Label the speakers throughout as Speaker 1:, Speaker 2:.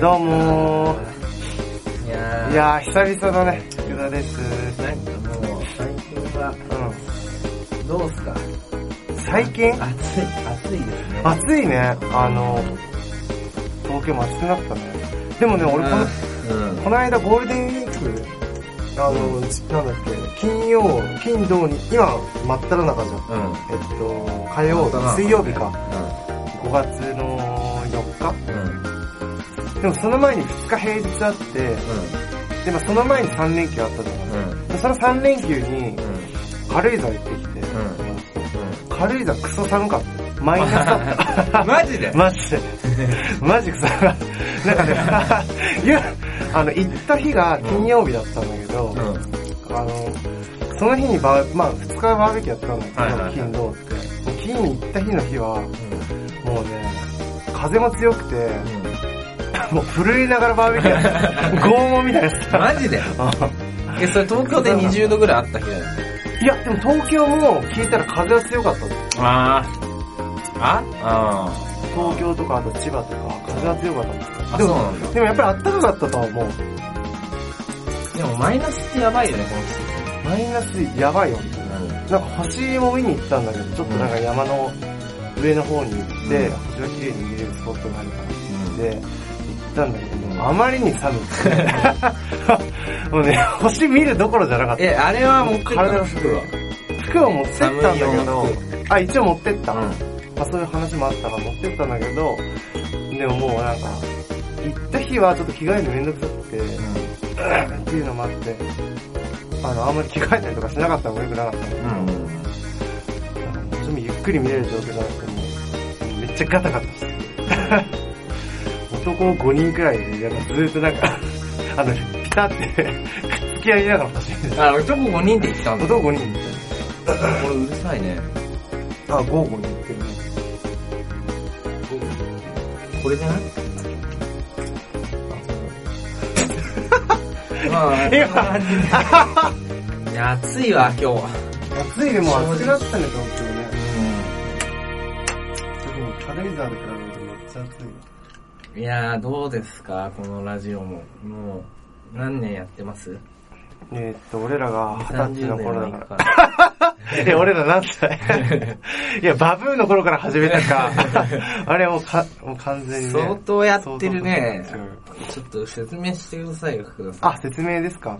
Speaker 1: どうも
Speaker 2: いやー
Speaker 1: ー。いやー、久々だね。福田です。
Speaker 2: なんかもう最近はどうっすか
Speaker 1: うん。最近
Speaker 2: 暑い暑いですね
Speaker 1: 暑いね。あの、東京も暑くなったね。でもね、俺この、
Speaker 2: うん
Speaker 1: この間ゴールデンウィーク、あの、なんだっけ、金曜、金土に、今、真っ只中じゃん。
Speaker 2: うん
Speaker 1: えっと、火
Speaker 2: 真
Speaker 1: 曜
Speaker 2: っ只中
Speaker 1: 日、水曜日か。5月の
Speaker 2: う
Speaker 1: 4
Speaker 2: んうん
Speaker 1: 日。でもその前に2日平日あって、でもその前に3連休あったじゃん。
Speaker 2: うん
Speaker 1: でその3連休に
Speaker 2: うん
Speaker 1: 軽井沢行ってきて、
Speaker 2: うん
Speaker 1: 軽井沢クソ寒かった。マイナスだった。
Speaker 2: うんマジで
Speaker 1: マジで。マジクソ寒かった。なんかね、い や、あの、行った日が金曜日だったんだけど、
Speaker 2: うんうん
Speaker 1: あの、その日にバー、まあ、2日バーベキューやったんだけど、
Speaker 2: はいはいはい
Speaker 1: 金土って。もう金に行った日の日は、もうね、風も強くて、もう震えながらバーベキューや った。拷問みたいなやつだ
Speaker 2: マジでえそれ東京で20度ぐらいあった日だよね
Speaker 1: いや、でも東京も聞いたら風は強かったの。
Speaker 2: あああ
Speaker 1: 東京とかあと千葉とか、風は強かった
Speaker 2: あ
Speaker 1: で
Speaker 2: そう
Speaker 1: も、
Speaker 2: なんだ
Speaker 1: でもやっぱり暖かかったとは思う。
Speaker 2: でもマイナスってやばいよねこの
Speaker 1: マイナスやばいよ。
Speaker 2: 季
Speaker 1: なんか星も見に行ったんだけど、ちょっとなんか山の上の方に行って、
Speaker 2: うん
Speaker 1: 星が綺麗に見れるスポットがあるからって
Speaker 2: 節
Speaker 1: 言って、行ったんだけど、もうあまりに寒くて。 もうね、星見るどころじゃなかっ
Speaker 2: えあれは持ってったの服は
Speaker 1: た。服を持ってったんだけど
Speaker 2: 寒いよ、
Speaker 1: あ、一応持ってった。
Speaker 2: うん
Speaker 1: まあそういう話もあったから持ってったんだけど、でももうなんか、行った日はちょっと着替えるのめんどくさくて、っていうのもあって、あの、あんまり着替えたりとかしなかったのも良くなかったの
Speaker 2: うんうん
Speaker 1: なんかもうちょっとゆっくり見れる状況じゃなくて、もう、めっちゃガタガタしてる男5人くらいで、なんかずーっとなんか、あの、ピタって、くっつき合いながら走ってる。
Speaker 2: あ、男5人で行ったんだ。
Speaker 1: 男5人み
Speaker 2: これうるさいね。
Speaker 1: たいな。あ、5、5人行ってるね。
Speaker 2: これじゃない まあ、
Speaker 1: 今
Speaker 2: こんな感じでいや、暑いわ、今日 は。
Speaker 1: 暑いでもう暑くなったね、東京ね。特に軽井沢で比べるとめっちゃ暑いわ。
Speaker 2: いやー、どうですか、このラジオも。もう、何年やってます
Speaker 1: えーっと、俺らが二十歳の頃だか。
Speaker 2: から
Speaker 1: え、俺ら何歳 いや、バブーの頃から始めた か。あれはもうか、もう完全に、ね。
Speaker 2: 相当やってるね
Speaker 1: 相当やってる。
Speaker 2: ちょっと説明してくださいよ、福田さん。
Speaker 1: あ、説明ですか。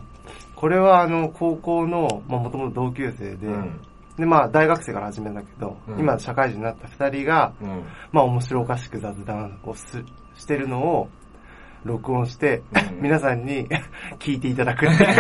Speaker 1: これはあの、高校の、まあもともと同級生で、
Speaker 2: うん。
Speaker 1: で、まあ大学生から始めたけど、
Speaker 2: うん
Speaker 1: 今社会人になった二人が、
Speaker 2: うん。
Speaker 1: まあ面白おかしく雑談をすしてるのを、録音して、
Speaker 2: うん
Speaker 1: 皆さんに 聞いていただくっていう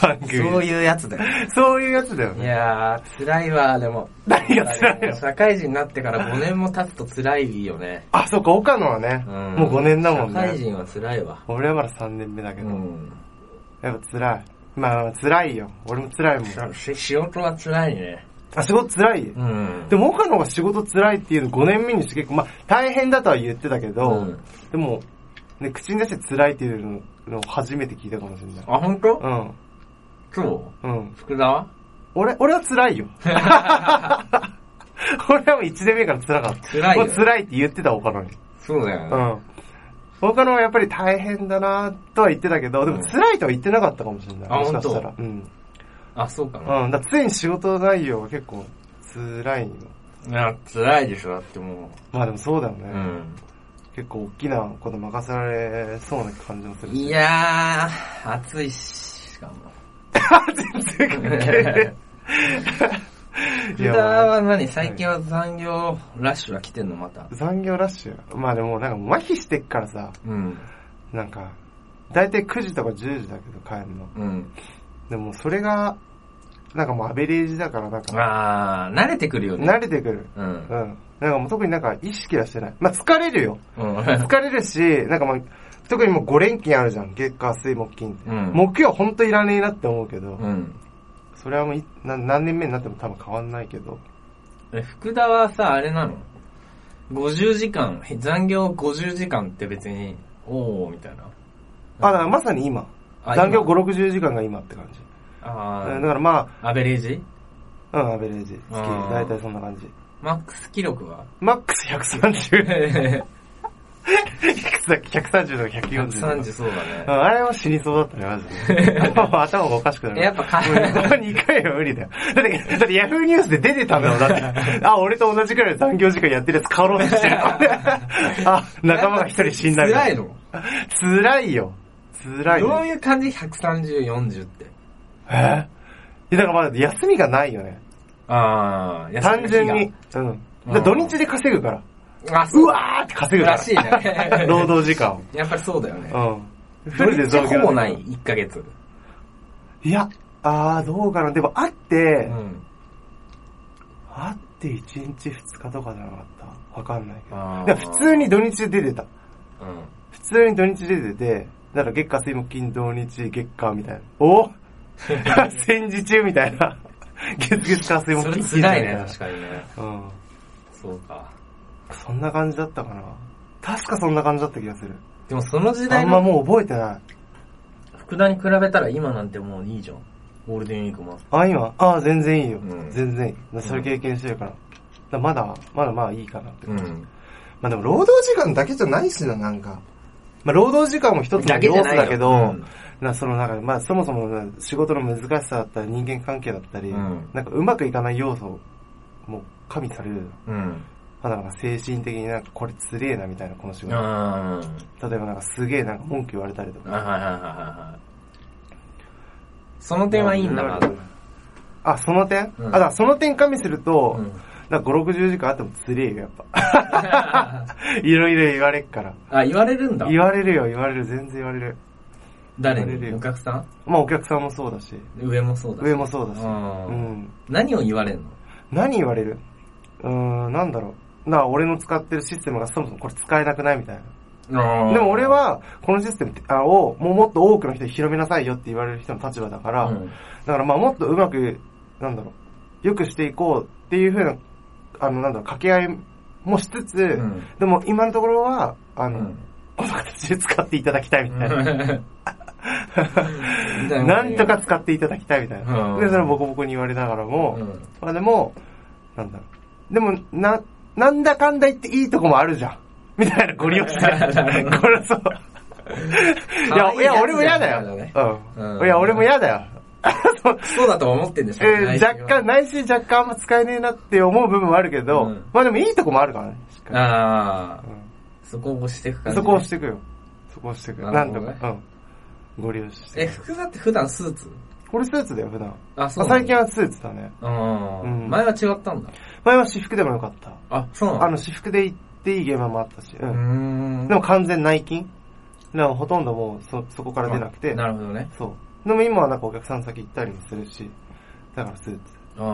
Speaker 1: 番組。
Speaker 2: そういうやつだよ。
Speaker 1: そういうやつだよ
Speaker 2: い
Speaker 1: ね。
Speaker 2: やー、辛いわ、でも。
Speaker 1: 何が辛いの
Speaker 2: 社会人になってから5年も経つと辛いよね。
Speaker 1: あ、そうか、岡野はね、もう5年だもん
Speaker 2: 社会
Speaker 1: ね。
Speaker 2: 人は辛いわ。
Speaker 1: 俺はまだ3年目だ
Speaker 2: う
Speaker 1: けど、
Speaker 2: ん。
Speaker 1: やっぱ辛い。まあ辛いよ。俺も辛いもん。
Speaker 2: し仕事は辛いね。
Speaker 1: あ、仕事辛いよ。
Speaker 2: うん。
Speaker 1: でも岡野が仕事辛いっていうの5年目にして結構、まあ大変だとは言ってたけど、
Speaker 2: うん
Speaker 1: でも、ね、口に出して辛いっていうのを初めて聞いたかもしれない。
Speaker 2: あ、本当？
Speaker 1: う
Speaker 2: そ
Speaker 1: ん、うん
Speaker 2: う。。福田は
Speaker 1: 俺、俺は 辛いよ。 俺はもう1年目から辛かった。
Speaker 2: 辛いよ
Speaker 1: もう辛いって言ってた岡野に。
Speaker 2: そうだよ
Speaker 1: う
Speaker 2: ね。
Speaker 1: ん。岡野はやっぱり大変だなとは言ってたけど、でも辛いとは言ってなかったかもしれない。
Speaker 2: あ
Speaker 1: もしかしたら。うん。
Speaker 2: あ、そうかな。
Speaker 1: うん。だから常に仕事内容が結構辛いの。
Speaker 2: いや、辛いでしょ、だっても
Speaker 1: まあでもそうだよね。
Speaker 2: う。うん。
Speaker 1: 結構大きなこと任せられそうな感じもするし。
Speaker 2: いやー、暑いし、しかも。
Speaker 1: 全然関係ねえ
Speaker 2: 福
Speaker 1: いや
Speaker 2: 田
Speaker 1: まあ
Speaker 2: は何最近は残業ラッシュは来てんの、また。
Speaker 1: 残業ラッシュ。まあでもなんかもう麻痺してっからさ、
Speaker 2: うん。
Speaker 1: なんか、だいたい9時とか10時だけど帰るの。
Speaker 2: うん。
Speaker 1: でもそれが、なんかもうアベレージだからなんか、
Speaker 2: あー、慣れてくるよね。
Speaker 1: 慣れてくる。
Speaker 2: うん
Speaker 1: う。ん。なんかもう特になんか意識はしてない。まあ疲れるよ。
Speaker 2: うん。
Speaker 1: 疲れるし、なんかまあ、特にもう5連勤あるじゃん。月火水木金って。
Speaker 2: うん
Speaker 1: 木曜ほんといらねえなって思うけど、
Speaker 2: うん。
Speaker 1: それはもういな何年目になっても多分変わんないけど。
Speaker 2: え、福田はさ、あれなの ?50 時間、へ残業50時間って別に、おー、みたいな。
Speaker 1: あ、だからまさに今。
Speaker 2: あ
Speaker 1: 残業
Speaker 2: 今
Speaker 1: 5、60時間が今って感じ。
Speaker 2: あ
Speaker 1: うん
Speaker 2: ー
Speaker 1: だからま
Speaker 2: アベレージ
Speaker 1: あ、うん、アベレージ。月、
Speaker 2: あー
Speaker 1: だいたいそんな感じ。
Speaker 2: マックス記録は
Speaker 1: マックス130。
Speaker 2: え
Speaker 1: いくつだっけ ?130 とか140
Speaker 2: 130
Speaker 1: と
Speaker 2: そうだ
Speaker 1: か。
Speaker 2: ね。
Speaker 1: あれは死にそうだったね、マ ジで。頭がおかしくなる。
Speaker 2: やっぱか
Speaker 1: もう2回は無理だよ。だって、だってヤフーニュースで出て たんだもん、だって。あ、俺と同じくらいの残業時間やってるやつ買おうとしてる。あ、仲間が一人死んだみた
Speaker 2: 辛
Speaker 1: い
Speaker 2: い
Speaker 1: な。
Speaker 2: の
Speaker 1: 辛いよ。辛い
Speaker 2: ど
Speaker 1: よ
Speaker 2: う。いう感じ ?130、40って。
Speaker 1: えーいやだからまだ休みがないよね。
Speaker 2: ああ、
Speaker 1: 単純に。。うん。だから土日で稼ぐから。
Speaker 2: あ、そう
Speaker 1: うわーって稼ぐから。
Speaker 2: らしい ね
Speaker 1: 労働時間を。
Speaker 2: やっぱりそうだよね。
Speaker 1: うん。
Speaker 2: 土日ってほぼない、
Speaker 1: で
Speaker 2: 1ヶ月。
Speaker 1: いや、あー、どうかな。でも、あって、
Speaker 2: うん。
Speaker 1: あって1日2日とかじゃなかった。わかんないけど。
Speaker 2: あー
Speaker 1: だから普通に土日で出てた。
Speaker 2: うん。
Speaker 1: 普通に土日で出てて、だから月火水木金土日月火みたいな。 お戦時中みたいな。月月火水
Speaker 2: そ
Speaker 1: 木金
Speaker 2: れ
Speaker 1: 金
Speaker 2: 辛い
Speaker 1: みた
Speaker 2: ね、
Speaker 1: な
Speaker 2: 確かにね。
Speaker 1: うん。
Speaker 2: そうか。
Speaker 1: そんな感じだったかな。確かそんな感じだった気がする。
Speaker 2: でもその時
Speaker 1: あ
Speaker 2: 代
Speaker 1: んま
Speaker 2: の
Speaker 1: もう覚えてない。
Speaker 2: 福田に比べたら今なんてもういいじゃん。ゴールデンウィークも。
Speaker 1: あ、今ああ、全然いいよ。
Speaker 2: うん
Speaker 1: 全然いい。だそれ経験してるから。だからまだ、まだまあいいかなって。
Speaker 2: うん。
Speaker 1: まあでも労働時間だけじゃないしな、なんか。まあ労働時間も一つの要素だけど、
Speaker 2: うん
Speaker 1: なそのなんか、まあそもそもな仕事の難しさだったり人間関係だったり、
Speaker 2: うん
Speaker 1: なんかうまくいかない要素も加味される。
Speaker 2: うん。
Speaker 1: まだなんか精神的になんかこれつれえなみたいな、この仕
Speaker 2: うん。
Speaker 1: 事。
Speaker 2: あ
Speaker 1: 例えばなんかすげえなんか文句言われたりと
Speaker 2: ー
Speaker 1: か。
Speaker 2: はいはいはいはい。その点はいいんだな。
Speaker 1: あ、その点、
Speaker 2: うん
Speaker 1: あ、だからその点加味すると、
Speaker 2: うん
Speaker 1: なんか5、60時間あってもつれえよ、やっぱ。 いろいろ言われっから。
Speaker 2: あ、言われるんだ。
Speaker 1: 言われるよ、言われる、全然言われる。
Speaker 2: 誰
Speaker 1: 言われる
Speaker 2: に
Speaker 1: よ
Speaker 2: お客さん
Speaker 1: まあお客さんもそうだし、
Speaker 2: 上もそうだし。
Speaker 1: 上もそうだし。
Speaker 2: うん
Speaker 1: うん。
Speaker 2: 何を言われんの
Speaker 1: 何言われるうーん、なんだろう。なあ、俺の使ってるシステムがそもそもこれ使えなくないみたいな。で
Speaker 2: で
Speaker 1: も俺、は、このシステムあを、もうもっと多くの人に広めなさいよって言われる人の立場だから、
Speaker 2: うん
Speaker 1: だからまあもっとうまく、なんだろう、よくしていこうっていうふうな、あの、なんだろう、掛け合いもしつつ、
Speaker 2: ん
Speaker 1: でも今のところは、あ
Speaker 2: う
Speaker 1: の、
Speaker 2: ん
Speaker 1: この形で使っていただきたいみたいな。
Speaker 2: うん
Speaker 1: なんとか使っていただきたいみたいな。
Speaker 2: うん
Speaker 1: で、それをボコボコに言われながらも、
Speaker 2: うん
Speaker 1: まあでも、なんだろう。でも、な、なんだかんだ言っていいとこもあるじゃん。みたいなご利用し
Speaker 2: なるほ
Speaker 1: て。
Speaker 2: ど
Speaker 1: これそう。いや、
Speaker 2: 可愛いやつ
Speaker 1: いや、俺も嫌だ
Speaker 2: だね
Speaker 1: よ。う
Speaker 2: うん
Speaker 1: ん。いや、俺も嫌だよ。そう
Speaker 2: クソだと思ってんでしょ、
Speaker 1: えー若干、内心若干あんま使えねえなって思う部分もあるけ
Speaker 2: う
Speaker 1: ど、
Speaker 2: ん
Speaker 1: まあでもいいとこもあるからね、しっか
Speaker 2: ああ
Speaker 1: り、
Speaker 2: そこを押していく
Speaker 1: う
Speaker 2: 感
Speaker 1: ん
Speaker 2: じ。
Speaker 1: そこを押していくよ。そこを押していく。
Speaker 2: な
Speaker 1: な
Speaker 2: る
Speaker 1: ん
Speaker 2: ほど
Speaker 1: と
Speaker 2: ね
Speaker 1: か、うん。ご利用して
Speaker 2: え、
Speaker 1: いく。
Speaker 2: 福田って普段スーツ
Speaker 1: これスーツだよ、普段。
Speaker 2: あ、
Speaker 1: まあ最近はスーツだね。
Speaker 2: は。う。
Speaker 1: うんん
Speaker 2: 前は違ったんだ。
Speaker 1: 前は私服でもよかった。
Speaker 2: あ、そうなんだ。
Speaker 1: あの、私服で行っていい現場もあったし、う。
Speaker 2: うんーん。
Speaker 1: でも完全内勤でもほとんどもうそ、そこから出なくて
Speaker 2: あ、なるほどね。
Speaker 1: そう。でも今はなんかお客さん先行ったりもするし、だからスーツ。
Speaker 2: ああ、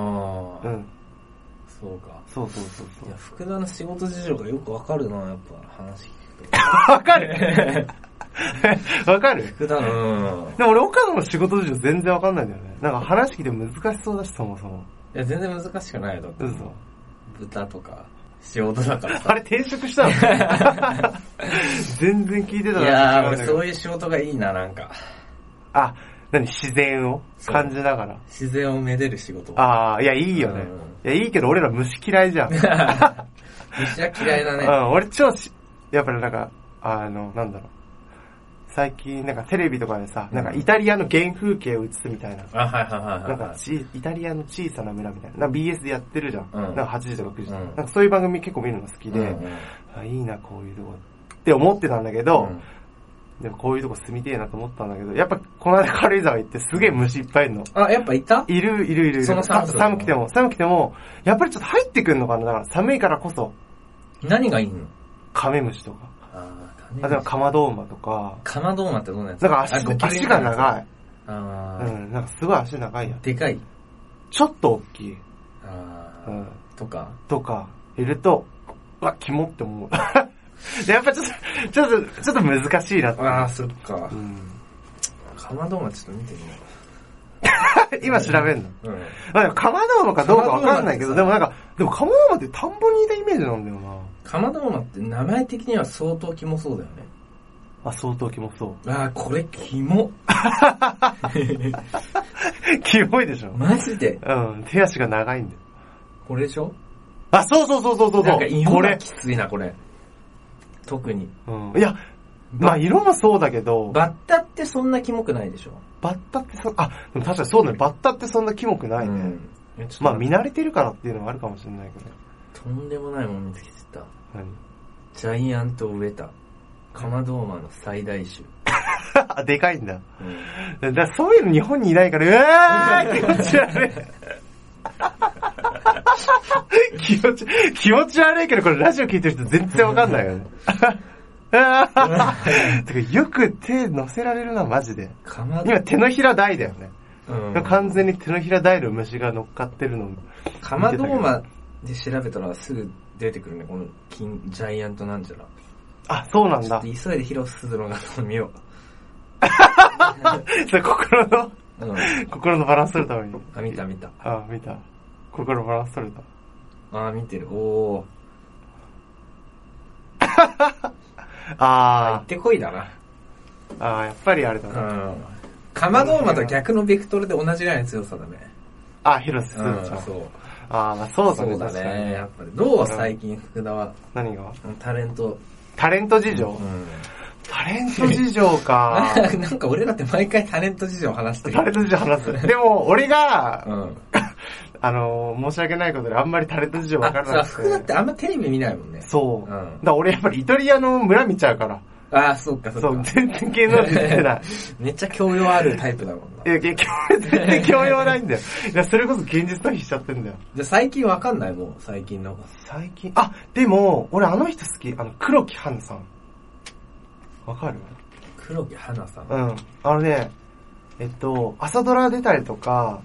Speaker 1: うん。
Speaker 2: そうか。
Speaker 1: そうそうそうそ
Speaker 2: いや、福田の仕事事情がよくわかるな、やっぱ話聞くと。
Speaker 1: う。わかる わかる
Speaker 2: 福田の、うん。
Speaker 1: でも俺岡野の仕事事情全然わかんないんだよね。なんか話聞いて難しそうだし、そもそも。
Speaker 2: いや、全然難しくないよだって。
Speaker 1: 嘘。
Speaker 2: 豚とか、仕事だから さ。
Speaker 1: あれ転 職したの全然聞いてた
Speaker 2: いやー、
Speaker 1: な
Speaker 2: 俺そういう仕事がいいな、なんか。
Speaker 1: あ、何自然を
Speaker 2: そう
Speaker 1: 感じながら。
Speaker 2: 自然をめでる仕事。
Speaker 1: ああ、いや、いいよね。いや、いいけど俺ら虫嫌いじゃん。う
Speaker 2: 虫は嫌いだね。
Speaker 1: ん、俺超し、やっぱりなんか、あの、なんだろう。最近、なんかテレビとかでさ、なんかイタリアの原風景を映すみたいな。
Speaker 2: あ、はいはいはい
Speaker 1: なん
Speaker 2: はい
Speaker 1: か
Speaker 2: はい。
Speaker 1: ち、イタリアの小さな村みたいな。なんか BS でやってるじゃん。
Speaker 2: うん
Speaker 1: なんか8時とか9時とか。
Speaker 2: うん
Speaker 1: なんかそういう番組結構見るの好きで、
Speaker 2: うんうん
Speaker 1: あいいな、こういうとこ。って思ってたんだけど、
Speaker 2: うん
Speaker 1: でもこういうとこ住みてえなと思ったんだけど、やっぱこの間軽井沢行ってすげえ虫いっぱいいるの。
Speaker 2: あ、やっぱいた
Speaker 1: いる、いる、いる、い
Speaker 2: そ
Speaker 1: る。
Speaker 2: の寒
Speaker 1: さ
Speaker 2: さ
Speaker 1: 寒くても、寒くても、やっぱりちょっと入ってくんのかなだから寒いからこそ、
Speaker 2: 何がいいの
Speaker 1: カメムシとか。
Speaker 2: あ
Speaker 1: あ、でもカマドウマとか、
Speaker 2: カマドーマってどんなやつ
Speaker 1: なんか足が、足が長
Speaker 2: い。
Speaker 1: い。
Speaker 2: あ
Speaker 1: う
Speaker 2: ー
Speaker 1: ん、なんかすごい足長いやん。
Speaker 2: でかい。
Speaker 1: ちょっと大きい。
Speaker 2: あ
Speaker 1: う
Speaker 2: ー
Speaker 1: ん。
Speaker 2: とか。
Speaker 1: とか、いると、う わ、キモって思う。でやっぱちょっと、ちょっと、ちょっと難しいなって。
Speaker 2: ああ、そっか
Speaker 1: う。ん、
Speaker 2: カマドーマちょっと見てみよ
Speaker 1: 今調べんの。
Speaker 2: う。うん。
Speaker 1: まあでも、カマドウマかどうかわかんないけど、
Speaker 2: カ
Speaker 1: で
Speaker 2: マ
Speaker 1: もなんか、でもカマドウマって田んぼにいたイメージなんだよな。
Speaker 2: カマドーマって名前的には相当キモそうだよね。
Speaker 1: あ、相当キモそう。
Speaker 2: ああ、これキ モ。
Speaker 1: キモいでしょ
Speaker 2: マジで。
Speaker 1: うん、手足が長いんだよ。
Speaker 2: これでしょ
Speaker 1: あ、そうそうそうそうそう。
Speaker 2: なんか色
Speaker 1: こ
Speaker 2: が
Speaker 1: れ
Speaker 2: き、ついな、これ。特に。
Speaker 1: うん。いや、まあ色もそうだけど、
Speaker 2: バッタってそんなキモくないでしょ。
Speaker 1: バッタってそ、あ、でも確かにそうだね、バッタってそんなキモくないね。
Speaker 2: うんいやちょっと
Speaker 1: まあ見慣れてるからっていうのはあるかもしれないけど。
Speaker 2: とんでもないもん見つけてた。
Speaker 1: 何
Speaker 2: ジャイアントウエタ。カマドーマの最大種。
Speaker 1: あ でかいんだ。
Speaker 2: うん
Speaker 1: だからそういうの日本にいないから、 うわー気持ち悪い。 気持ち、気持ち悪いけど、これラジオ聞いてる人全然わかんない よね。 あーてかよく手乗せられるな、マジで。
Speaker 2: かまど
Speaker 1: 今、手のひら台だよね。
Speaker 2: うん、
Speaker 1: 完全に手のひら台の虫が乗っかってるの。
Speaker 2: カマドーマで調べたらすぐ出てくるね、この金、ジャイアントなんちゃら。
Speaker 1: あ、そうなん
Speaker 2: ちょっ
Speaker 1: だ
Speaker 2: と。急いで広瀬すずの中を見よ
Speaker 1: それ心の、
Speaker 2: う。うん。
Speaker 1: 心のバランス取るために。
Speaker 2: あ、見た見た。
Speaker 1: あ、見た。心バランス取れた。
Speaker 2: あー、見てる。おー。あー、行
Speaker 1: あ
Speaker 2: ってこいだな。
Speaker 1: ー、あーやっぱりあれだ
Speaker 2: う
Speaker 1: な。
Speaker 2: ん。カマドーマと逆のベクトルで同じぐらいの強さだね。
Speaker 1: あ、広瀬す
Speaker 2: う
Speaker 1: ず
Speaker 2: ん、
Speaker 1: ちゃん。
Speaker 2: そう。
Speaker 1: あー、まあそうだね。
Speaker 2: そうだ
Speaker 1: 確かに
Speaker 2: ね。やっぱり。どう最近、福田は。
Speaker 1: 何が
Speaker 2: タレント。
Speaker 1: タレント事情、
Speaker 2: うん。
Speaker 1: タレント事情 か。
Speaker 2: なんか俺らって毎回タレント事情話して
Speaker 1: タレ
Speaker 2: る。
Speaker 1: ント事情話す。でも、俺が、
Speaker 2: うん。
Speaker 1: あのー、申し訳ないことであんまりタレント事情わか
Speaker 2: あ、
Speaker 1: ら
Speaker 2: そう、福
Speaker 1: なく。
Speaker 2: 田っててあんまテレビ見ないもんね。
Speaker 1: そ
Speaker 2: うん
Speaker 1: う。だから俺やっぱりイタリアの村見ちゃうから。
Speaker 2: あー、そうか、そ
Speaker 1: そうう、
Speaker 2: か。
Speaker 1: 全然芸能人出 てない。
Speaker 2: めっちゃ教養あるタイプだもん な。
Speaker 1: いや、いや教全然教養ないんだよ。いや、それこそ現実逃避しちゃってんだよ。
Speaker 2: じゃあ最近わかんないもう、最近の。
Speaker 1: 最近、あ、でも、俺あの人好き。あの、黒木華さん。わかる
Speaker 2: 黒木花さん。
Speaker 1: うん。あのね、えっと、朝ドラ出たりとか、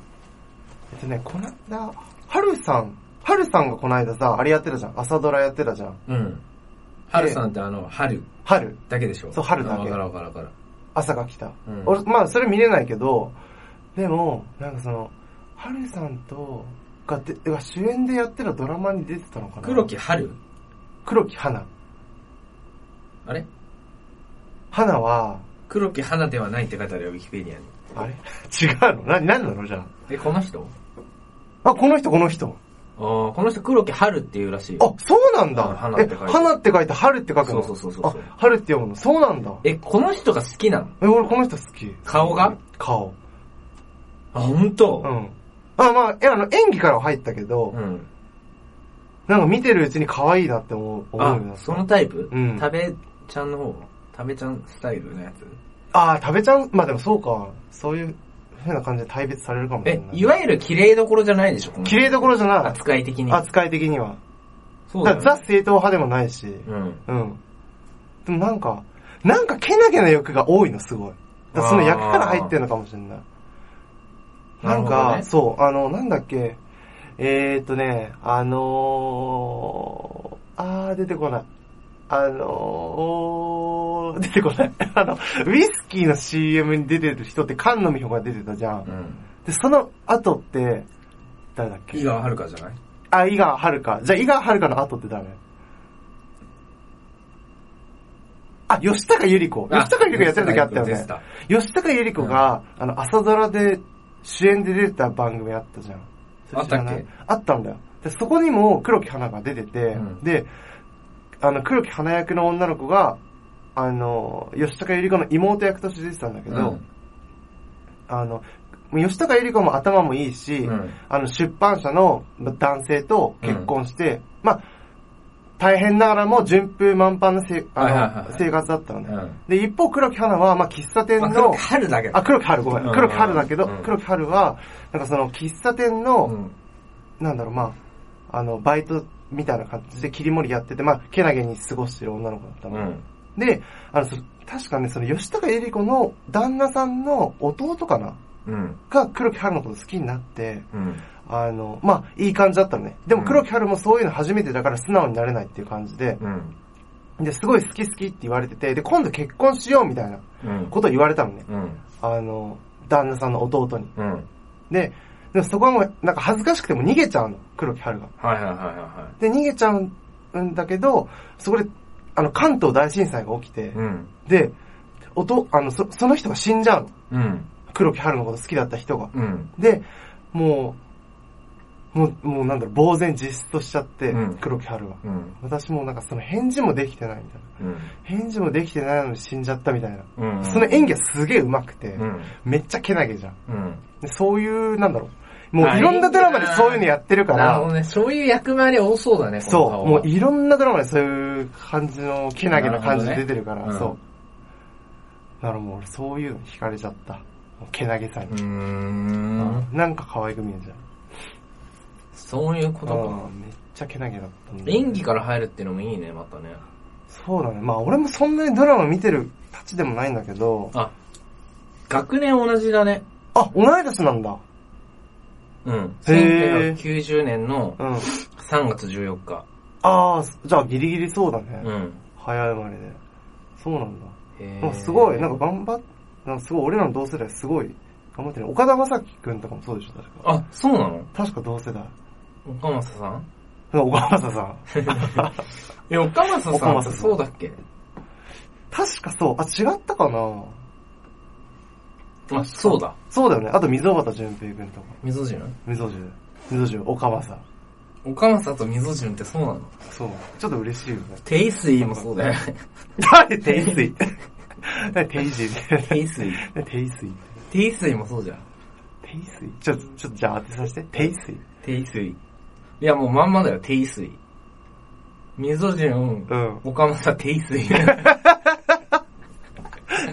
Speaker 1: えっとね、この間、はるさん、はるさんがこの間さ、あれやってたじゃん。朝ドラやってたじゃん。
Speaker 2: うん。春さんってあの、春
Speaker 1: 春、
Speaker 2: だけでしょ
Speaker 1: そう春だ
Speaker 2: あ
Speaker 1: け
Speaker 2: わからんわからんわからん。
Speaker 1: 朝が来た。
Speaker 2: うん
Speaker 1: 俺、まあ、それ見れないけど、でも、なんかその、はるさんと、が、で、が主演でやってたドラマに出てたのかな
Speaker 2: 黒木春
Speaker 1: 黒木花。
Speaker 2: あれ
Speaker 1: 花は、
Speaker 2: 黒木花ではないって書いてあるよ、ウィキペディアに。
Speaker 1: あれ 違うのな、何なのじゃ
Speaker 2: え、この人
Speaker 1: あ。あ、この人、この人。
Speaker 2: あーこの人黒木春っていうらしいよ。
Speaker 1: あ、そうなんだ。
Speaker 2: うん花って書いて
Speaker 1: え、花って書いて、春って書くの
Speaker 2: そうそうそうそう
Speaker 1: あ、春って読むの。そうなんだ。
Speaker 2: え、この人が好きなの
Speaker 1: え、俺この人好き。
Speaker 2: 顔が
Speaker 1: 顔。
Speaker 2: あ、本当
Speaker 1: うん。あ、まあ、え、あの、演技からは入ったけど、
Speaker 2: うん。
Speaker 1: なんか見てるうちに可愛いなって思う、思うよ
Speaker 2: あ
Speaker 1: うになっ、た
Speaker 2: そのタイプ
Speaker 1: うん
Speaker 2: 食べちゃんの方食べちゃんスタイルのやつ
Speaker 1: あー、食べちゃう、まあでもそうか。そういう風な感じで大別されるかもしれ
Speaker 2: え
Speaker 1: な、い。
Speaker 2: いわゆる綺麗どころじゃないでしょ、この人
Speaker 1: 綺麗どころじゃない。
Speaker 2: 扱い的に。
Speaker 1: 扱い的には。
Speaker 2: そう
Speaker 1: だ
Speaker 2: だ
Speaker 1: か
Speaker 2: ね
Speaker 1: らザ正統派でもないし、
Speaker 2: うん。
Speaker 1: うん。でもなんか、なんかけなげな欲が多いの、すごい。だからその役から入ってるのかもしれない。な
Speaker 2: なる
Speaker 1: ん
Speaker 2: ほど
Speaker 1: か、
Speaker 2: ね
Speaker 1: そう、あの、なんだっけ、えーっとね、あのー、あー、出てこない。あのー、出てこない。 あの、ウイスキーの CM に出てる人って菅野美穂が出てたじゃ。
Speaker 2: うんん。
Speaker 1: で、その後って、誰だっけ
Speaker 2: 井川遥じゃない
Speaker 1: あ、伊賀遥か。じゃあ、伊賀遥かの後って誰あ、吉高由里子。吉高由里子やってる時あったよね。吉高由里子が、あの、朝ドラで主演で出てた番組あったじゃん。それ知らない
Speaker 2: あったっ
Speaker 1: あったんだよ。で、そこにも黒木花が出てて、
Speaker 2: うん
Speaker 1: で、あの、黒木花役の女の子が、あの、吉高由里子の妹役として出てたんだけど、
Speaker 2: うん
Speaker 1: あの、吉高由里子も頭もいいし、
Speaker 2: うん
Speaker 1: あの、出版社の男性と結婚して、まあ、大変ながらも順風満帆なせ
Speaker 2: はいはいはい
Speaker 1: あ
Speaker 2: はい
Speaker 1: の生活だったのね。
Speaker 2: うん
Speaker 1: で、一方、黒木花は、まあ、喫茶店
Speaker 2: まあ黒
Speaker 1: の
Speaker 2: 木、春だけど。
Speaker 1: あ、黒木春、ごめ。
Speaker 2: うんん
Speaker 1: 黒木春だけど
Speaker 2: うん、
Speaker 1: 黒木春は、なんかその、喫茶店
Speaker 2: う
Speaker 1: の、
Speaker 2: ん。
Speaker 1: なんだろう、まあ、あの、バイトみたいな感じで切り盛りやってて、まあ、けなげに過ごしてる女の子だった
Speaker 2: う
Speaker 1: の。
Speaker 2: ん。
Speaker 1: で、あの、そ確かね、その、吉高由里子の旦那さんの弟かな
Speaker 2: うん。
Speaker 1: が黒木春のこと好きになって、
Speaker 2: うん。
Speaker 1: あの、まあ、いい感じだったのね。でも
Speaker 2: うん
Speaker 1: 黒木春もそういうの初めてだから素直になれないっていう感じで、
Speaker 2: うん。
Speaker 1: で、すごい好き好きって言われてて、で、今度結婚しようみたいな
Speaker 2: うん。
Speaker 1: ことを言われたのね。
Speaker 2: うん。
Speaker 1: あの、旦那さんの弟に。
Speaker 2: うん。
Speaker 1: で、でもそこはもう、なんか恥ずかしくても逃げちゃうの、黒木春が。
Speaker 2: はいはいはいは
Speaker 1: で、逃げちゃうんだけど、そこで、あの、関東大震災が起きて
Speaker 2: い。、うん。
Speaker 1: で、おと、あの、そ、その人が死んじゃうの。
Speaker 2: うん。
Speaker 1: 黒木春のこと好きだった人が。
Speaker 2: うん。
Speaker 1: で、もう、もう、もうなんだろう、呆然自失としちゃって、
Speaker 2: うん
Speaker 1: 黒木春は。
Speaker 2: うん。
Speaker 1: 私もうなんかその返事もできてないみたいな。
Speaker 2: うん。
Speaker 1: 返事もできてないのに死んじゃったみたいな。
Speaker 2: うん。
Speaker 1: その演技はすげえ上手くて、
Speaker 2: うん。
Speaker 1: めっちゃけなげじゃん。
Speaker 2: うん。
Speaker 1: でそういう、なんだろう。も
Speaker 2: あ
Speaker 1: ういろんなドラマでそういうのやってるか
Speaker 2: なるほど
Speaker 1: ら、
Speaker 2: ね。そういう役回り多そうだね、この
Speaker 1: そ
Speaker 2: 顔
Speaker 1: う、
Speaker 2: は
Speaker 1: もういろんなドラマでそういう感じのけなげな感じで出てるか
Speaker 2: な
Speaker 1: ら、
Speaker 2: るほど
Speaker 1: そ
Speaker 2: ね
Speaker 1: う。なるほど、もう俺そういうの惹かれちゃった。もうけなげさに
Speaker 2: うー。ん。
Speaker 1: なんか可愛く見えちゃう。
Speaker 2: そういうこと
Speaker 1: あ
Speaker 2: か
Speaker 1: ー。めっちゃけなげだったんだ
Speaker 2: 演技から入るっていうのもいいね、またね。
Speaker 1: そうだね。まあ俺もそんなにドラマ見てるたちでもないんだけど、
Speaker 2: あ、学年同じだね。
Speaker 1: あ、同い年なんだ。
Speaker 2: うん。
Speaker 1: へー
Speaker 2: 1990年の
Speaker 1: うん。
Speaker 2: 3月14日。
Speaker 1: ああ、じゃあギリギリそうだね。
Speaker 2: うん。
Speaker 1: 早生まれで。そうなんだ。
Speaker 2: へ
Speaker 1: なんかすごい、なんか頑張っ、なんかすごい俺らの同世代すごい頑張ってる。岡田将生くんとかもそうでしょ、確か。
Speaker 2: あ、そうなの
Speaker 1: 確か同世代。
Speaker 2: 岡正さん
Speaker 1: 岡正さん。
Speaker 2: え、岡正さん
Speaker 1: 岡
Speaker 2: 岡
Speaker 1: 正さん
Speaker 2: そうだっけ
Speaker 1: 確かそう。あ、違ったかな
Speaker 2: あ、そうだ。
Speaker 1: そうだよね。あと溝端淳平くんとか。
Speaker 2: 溝潤
Speaker 1: 溝淳。溝淳、岡正。
Speaker 2: 岡正と溝潤ってそうなの
Speaker 1: そう。ちょっと嬉しいよね。
Speaker 2: テイスイもそうだよね。
Speaker 1: 誰手いすい。誰手いすい。
Speaker 2: テイスイ。
Speaker 1: 手いすい。
Speaker 2: テイスイもそうじゃん。
Speaker 1: 手いすい。ちょ、ちょっとじゃあ当てさせて。手いすい。
Speaker 2: テイスイ。いや、もうまんまだよ、テイスイ。溝潤、
Speaker 1: うん。
Speaker 2: 岡正、テイスイ。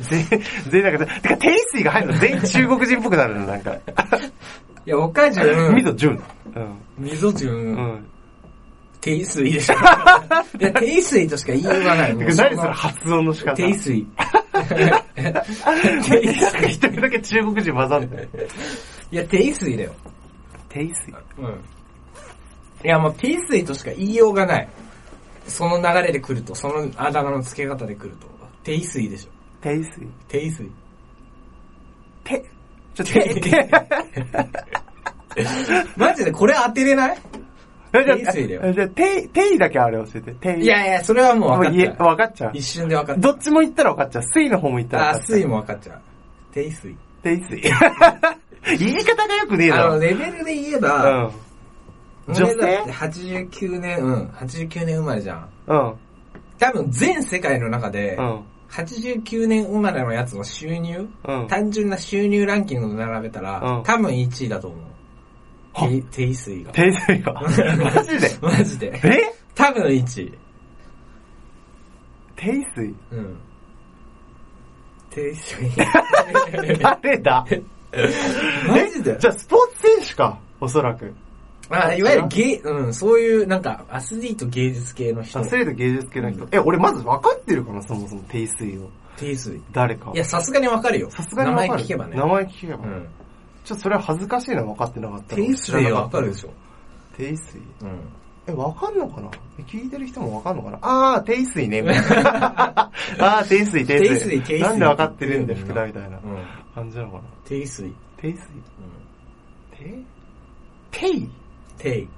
Speaker 1: 全員、全員なんか、てか、テイスイが入るの全員中国人っぽくなるの、なんか。
Speaker 2: いや、岡潤、
Speaker 1: ミド、ジュン。うん。
Speaker 2: 溝
Speaker 1: う
Speaker 2: 潤、
Speaker 1: ん。
Speaker 2: テイスイでしょ。 いや、テイスイとしか言いようがない。もうそ
Speaker 1: 何そ
Speaker 2: ん
Speaker 1: れ
Speaker 2: な
Speaker 1: 発音の仕方。
Speaker 2: テイス イ。テイスイ。
Speaker 1: 一人だけ中国人混ざんだよ。
Speaker 2: いや、テイスイだよ。
Speaker 1: テイスイ。
Speaker 2: うん。いや、もうテイスイとしか言いようがない。その流れで来ると、そのあだ名の付け方で来ると。テイスイでしょ。
Speaker 1: テイスイ。
Speaker 2: テイス イ。
Speaker 1: テ、ちょ、テ、テ、
Speaker 2: マジでこれ当てれないテイスイだよ
Speaker 1: えじゃあ、テイ、テイだけあれ教えて。テイ。
Speaker 2: いやいや、それはもう
Speaker 1: もう言え
Speaker 2: 分かっ
Speaker 1: 分
Speaker 2: た。
Speaker 1: かっちゃう
Speaker 2: 一。瞬で分かっ
Speaker 1: どっちも言ったら分かっちゃう。スイの方も言った
Speaker 2: た。
Speaker 1: ら
Speaker 2: あ、
Speaker 1: 分かっちゃう。
Speaker 2: スイも分かっちゃう。テイスイ。
Speaker 1: テイスイ。言い方が良くねえだ
Speaker 2: あの、
Speaker 1: ろ。
Speaker 2: レベルで言え
Speaker 1: う
Speaker 2: ば、
Speaker 1: ん。
Speaker 2: 俺
Speaker 1: 女性
Speaker 2: だって ?89 年、うん、89年生まれじゃん。
Speaker 1: うん。
Speaker 2: 多分全世界の中で
Speaker 1: う、ん。
Speaker 2: 89年生まれのやつの収入、
Speaker 1: うん。
Speaker 2: 単純な収入ランキングを並べたら、
Speaker 1: うん
Speaker 2: 多分1位だと思う。
Speaker 1: は
Speaker 2: テイテイスイが。
Speaker 1: テイスイが。マジで
Speaker 2: マジで。
Speaker 1: え
Speaker 2: 多分1位。
Speaker 1: テイスイ
Speaker 2: うん。テイス イ。
Speaker 1: 誰だ
Speaker 2: マジで
Speaker 1: じゃあ、スポーツ選手か。おそらく。
Speaker 2: あ、いわゆる芸、うん、そういう、なんか、アスリート芸術系の人
Speaker 1: ア。スリート芸術系の人。え、俺まず分かってるかな、そもそも。テイスイを。
Speaker 2: テイスイ。
Speaker 1: 誰か
Speaker 2: い。や、さすがにわかるよ。
Speaker 1: さすがに分かる。
Speaker 2: 名前聞けばね。
Speaker 1: 名前聞けば。
Speaker 2: うん。
Speaker 1: ちょっとそれは恥ずかしいな、分かってなかったら。
Speaker 2: テイスイはわかるでし
Speaker 1: ょ。
Speaker 2: ょ。
Speaker 1: テイスイ。
Speaker 2: うん。
Speaker 1: え、分かんのかなえ聞いてる人も分かんのかなあー、テイスイ ね。みたいなあー、テイスイ、テイスイ。
Speaker 2: テイスイテイスイ
Speaker 1: なんで分かってるんだよ、
Speaker 2: うん
Speaker 1: 福田みたいな
Speaker 2: うん。
Speaker 1: 感じなのかな。
Speaker 2: テイスイ。うん。
Speaker 1: テイスイ。テイテイ
Speaker 2: テイ。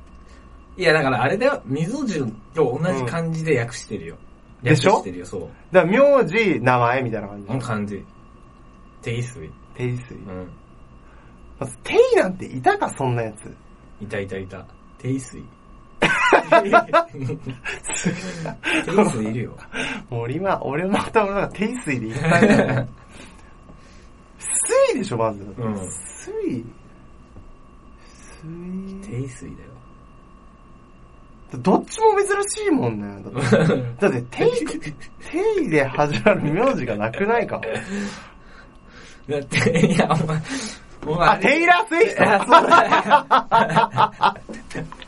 Speaker 2: いや、だからあれだよ。溝潤と同じ感じで訳してるよ。
Speaker 1: うんでしょ
Speaker 2: 訳してるよ、そう。
Speaker 1: だから、名字、名前みたいな感じ
Speaker 2: こ。の感じ。テイスイ。
Speaker 1: テイスイ。
Speaker 2: うん。
Speaker 1: まず、テイなんていたか、そんなやつ。
Speaker 2: いたいたいた。テイスイ。 テイスイいるよ。
Speaker 1: もう俺今、俺また俺なんかテイスイでいっぱいだ な。スイでしょ、まず。
Speaker 2: うん。
Speaker 1: スイ。スイ。
Speaker 2: テイスイだよ。
Speaker 1: どっちも珍しいもんね。だって、だってテイ、テイで始まる名字がなくないか。
Speaker 2: だって、いや、お前、お前、
Speaker 1: あ、テイラー・スウィフト
Speaker 2: あ、そう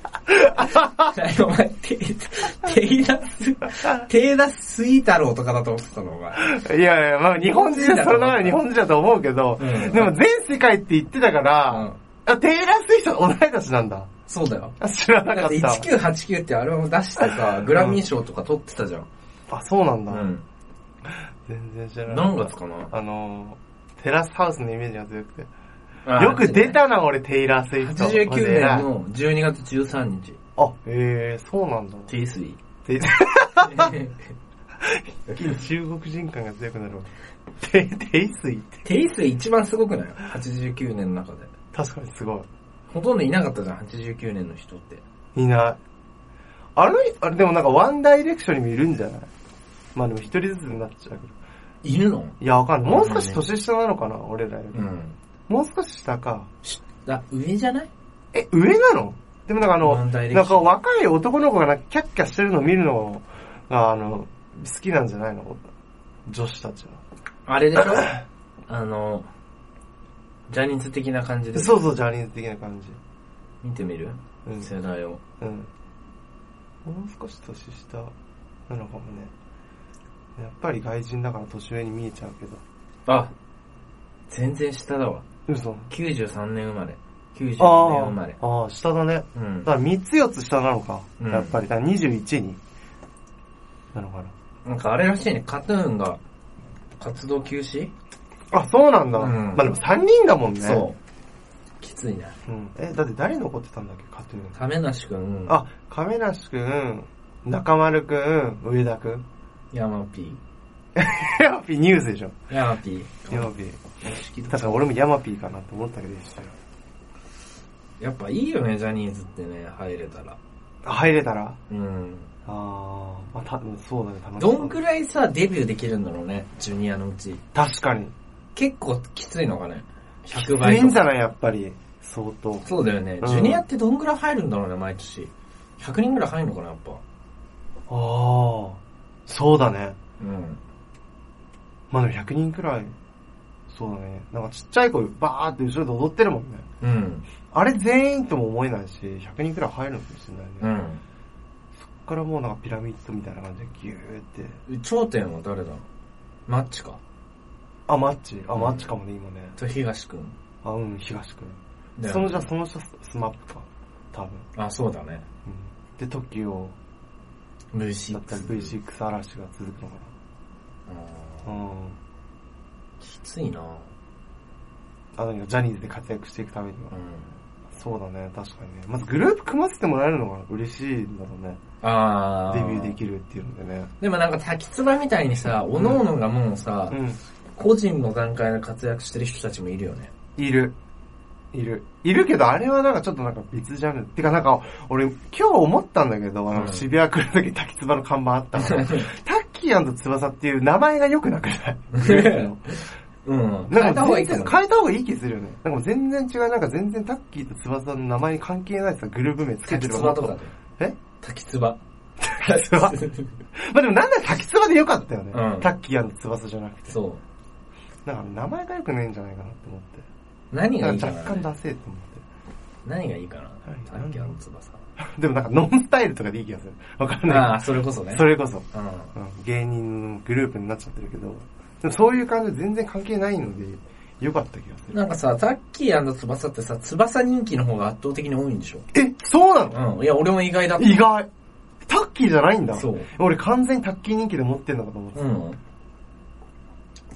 Speaker 2: だよ。お前、テイ、テイラス、テイラススイ太郎とかだと思ってたの、お前。
Speaker 1: いやいや、まあ日本人だ、それなら日本人だと思うけど、
Speaker 2: うん
Speaker 1: でも全世界って言ってたから、あテイラー・スウィフトと同い年なんだ。
Speaker 2: そう だよ。
Speaker 1: あ知らな
Speaker 2: だ
Speaker 1: か
Speaker 2: っ
Speaker 1: ってた。
Speaker 2: 1989ってアルバム出してさ、グラミー賞とか取ってたじゃん。
Speaker 1: あ、そうなん
Speaker 2: う
Speaker 1: だ。
Speaker 2: ん。
Speaker 1: 全然知らなか
Speaker 2: 何
Speaker 1: った。
Speaker 2: 月かな
Speaker 1: あのー、テラスハウスのイメージが強くて。
Speaker 2: あ
Speaker 1: よく出たな、俺、テイラー・スウィフト。
Speaker 2: 89
Speaker 1: マジで
Speaker 2: 年
Speaker 1: 偉い
Speaker 2: の12月13日、
Speaker 1: あ、えー、そうなんだ。
Speaker 2: テイス イ。
Speaker 1: テイ中国人感が強くなるわ。テイ、テイスイって。
Speaker 2: テイスイ一番すごくない ?89 年の中で。
Speaker 1: 確かにすごい。
Speaker 2: ほとんどいなかったじゃん、89年の人って。
Speaker 1: いない。あれ、あれでもなんかワンダイレクションにもいるんじゃないまあでも一人ずつになっちゃうけど。
Speaker 2: いるの
Speaker 1: いや、わかんない。もう少し年下なのかな、俺らより。
Speaker 2: ん。
Speaker 1: もう少し下か。
Speaker 2: あ、上じゃない
Speaker 1: え、上なのでもなんかあ
Speaker 2: ワ
Speaker 1: の、
Speaker 2: ンダイレクション
Speaker 1: なんか若い男の子がなんかキャッキャしてるの見るのが、あの、好きなんじゃないの女子たちは。
Speaker 2: あれでしょ あの、ジャニーズ的な感じで。
Speaker 1: そうそう、ジャニーズ的な感じ。
Speaker 2: 見てみる
Speaker 1: うん。
Speaker 2: 世代を。
Speaker 1: うん。もう少し年下なのかもね。やっぱり外人だから年上に見えちゃうけど。
Speaker 2: あ、全然下だわ。
Speaker 1: 嘘。
Speaker 2: 93年生まれ。94年生ま
Speaker 1: あ
Speaker 2: れ。
Speaker 1: あ、ああ、下だね。
Speaker 2: うん
Speaker 1: だ。から3つ4つ下なのか。
Speaker 2: うん
Speaker 1: やっぱり。だから21に。なのかな。
Speaker 2: なんかあれらしいね、カトゥーンが活動休止、
Speaker 1: あ、そうなんだ。
Speaker 2: うん
Speaker 1: まあでも3人だもんね。
Speaker 2: そう。きついな。
Speaker 1: う。ん、え、だって誰残ってたんだっけ、カトゥーン。
Speaker 2: 亀梨くん、
Speaker 1: あ、亀梨くん、中丸くん、上田く ん。
Speaker 2: 山 P。
Speaker 1: ヤマピーニュースでしょ。
Speaker 2: 山 P。
Speaker 1: ヤマピー。
Speaker 2: 式と
Speaker 1: 確か俺もヤマピーかなと思ったけどしたよ。
Speaker 2: やっぱいいよね、ジャニーズってね、入れたら。
Speaker 1: あ入れたら
Speaker 2: うん。
Speaker 1: ああまあた、そうだね、楽しそ
Speaker 2: ど
Speaker 1: うん
Speaker 2: くらいさ、デビューできるんだろうね、ジュニアのうち。
Speaker 1: 確かに。
Speaker 2: 結構きついのかね。100
Speaker 1: い
Speaker 2: 倍
Speaker 1: い
Speaker 2: と
Speaker 1: んじ
Speaker 2: か。
Speaker 1: ゃないやっぱり。相当。
Speaker 2: そうだよね
Speaker 1: う。ん
Speaker 2: ジュニアってどんくらい入るんだろうね、毎年。100人くらい入るのかな、やっぱ。
Speaker 1: ああそうだね。
Speaker 2: うん。
Speaker 1: まあでも100人くらい。そうだね。なんかちっちゃい子バーって後ろで踊ってるもんね。
Speaker 2: うん。
Speaker 1: あれ全員とも思えないし、100人くらい入るのかもしれないね。
Speaker 2: う
Speaker 1: そ
Speaker 2: ん。
Speaker 1: っからもうなんかピラミッドみたいな感じでギューって。
Speaker 2: 頂点は誰だろうマッチか。
Speaker 1: あ、マッチ。あ、
Speaker 2: うん
Speaker 1: マッチかもね、今ね。
Speaker 2: と、東くん。
Speaker 1: あ、うん、東くん。
Speaker 2: だよね
Speaker 1: そのじゃあその下ススマップか。多分。
Speaker 2: あ、そうだね。
Speaker 1: うん、で、トキオ
Speaker 2: V6。
Speaker 1: だったり V6 嵐が続くのか
Speaker 2: あ
Speaker 1: な。
Speaker 2: ー
Speaker 1: うん。
Speaker 2: きついな
Speaker 1: あの、ジャニーズで活躍していくためには
Speaker 2: う。ん。
Speaker 1: そうだね、確かにね。まずグループ組ませてもらえるのが嬉しいんだろうね。
Speaker 2: あ
Speaker 1: デ
Speaker 2: ー
Speaker 1: ビューできるっていうのでね。
Speaker 2: でもなんか滝つばみたいにさ、おのおのがもうさ、
Speaker 1: う
Speaker 2: 個人の段階で活躍してる人たちもいるよね。
Speaker 1: ん。いる。いる。いるけど、あれはなんかちょっとなんか別ジャンル。てかなんか、俺、今日思ったんだけど、あ
Speaker 2: う
Speaker 1: の、
Speaker 2: ん
Speaker 1: 渋谷来る時滝つばの看板あっ たから、タッキー翼っていう名前が良くなくないグループの
Speaker 2: うん。変
Speaker 1: な
Speaker 2: え
Speaker 1: ん
Speaker 2: た
Speaker 1: か
Speaker 2: 方がい
Speaker 1: 全
Speaker 2: いかも
Speaker 1: 然
Speaker 2: ね。
Speaker 1: 変えた方がいい気するよね。なんかもう全然違う、なんか全然タッキーと翼の名前に関係ないさ、グループ名つけ
Speaker 2: 滝
Speaker 1: てる
Speaker 2: つ
Speaker 1: わ
Speaker 2: ばとかで。
Speaker 1: え
Speaker 2: 滝つば。
Speaker 1: 滝 つばまあでもなんだか滝つばでよかったよね。
Speaker 2: うん
Speaker 1: タッキー翼じゃなくて。
Speaker 2: そう。
Speaker 1: なんか名前が良くないんじゃないかなって思って。
Speaker 2: 何がいいか
Speaker 1: なんか若干
Speaker 2: な
Speaker 1: ダセーと思っ
Speaker 2: 何がいいかな
Speaker 1: 何
Speaker 2: 滝あの翼。
Speaker 1: て。 でもなんかノンスタイルとかでいい気がする。わかん
Speaker 2: あ
Speaker 1: な
Speaker 2: あ、それこそね
Speaker 1: い。。それこそ、
Speaker 2: うん。
Speaker 1: うん芸人のグループになっちゃってるけど、でもそういう感じで全然関係ないので、良かった気がする。
Speaker 2: なんかさ、タッキー翼ってさ、翼人気の方が圧倒的に多いんでしょ
Speaker 1: え、そうなの
Speaker 2: うん。いや、俺も意外だっ
Speaker 1: 意外タッキーじゃないんだ
Speaker 2: た。。そう。
Speaker 1: 俺完全にタッキー人気で持ってんのかと思ってた。
Speaker 2: うん。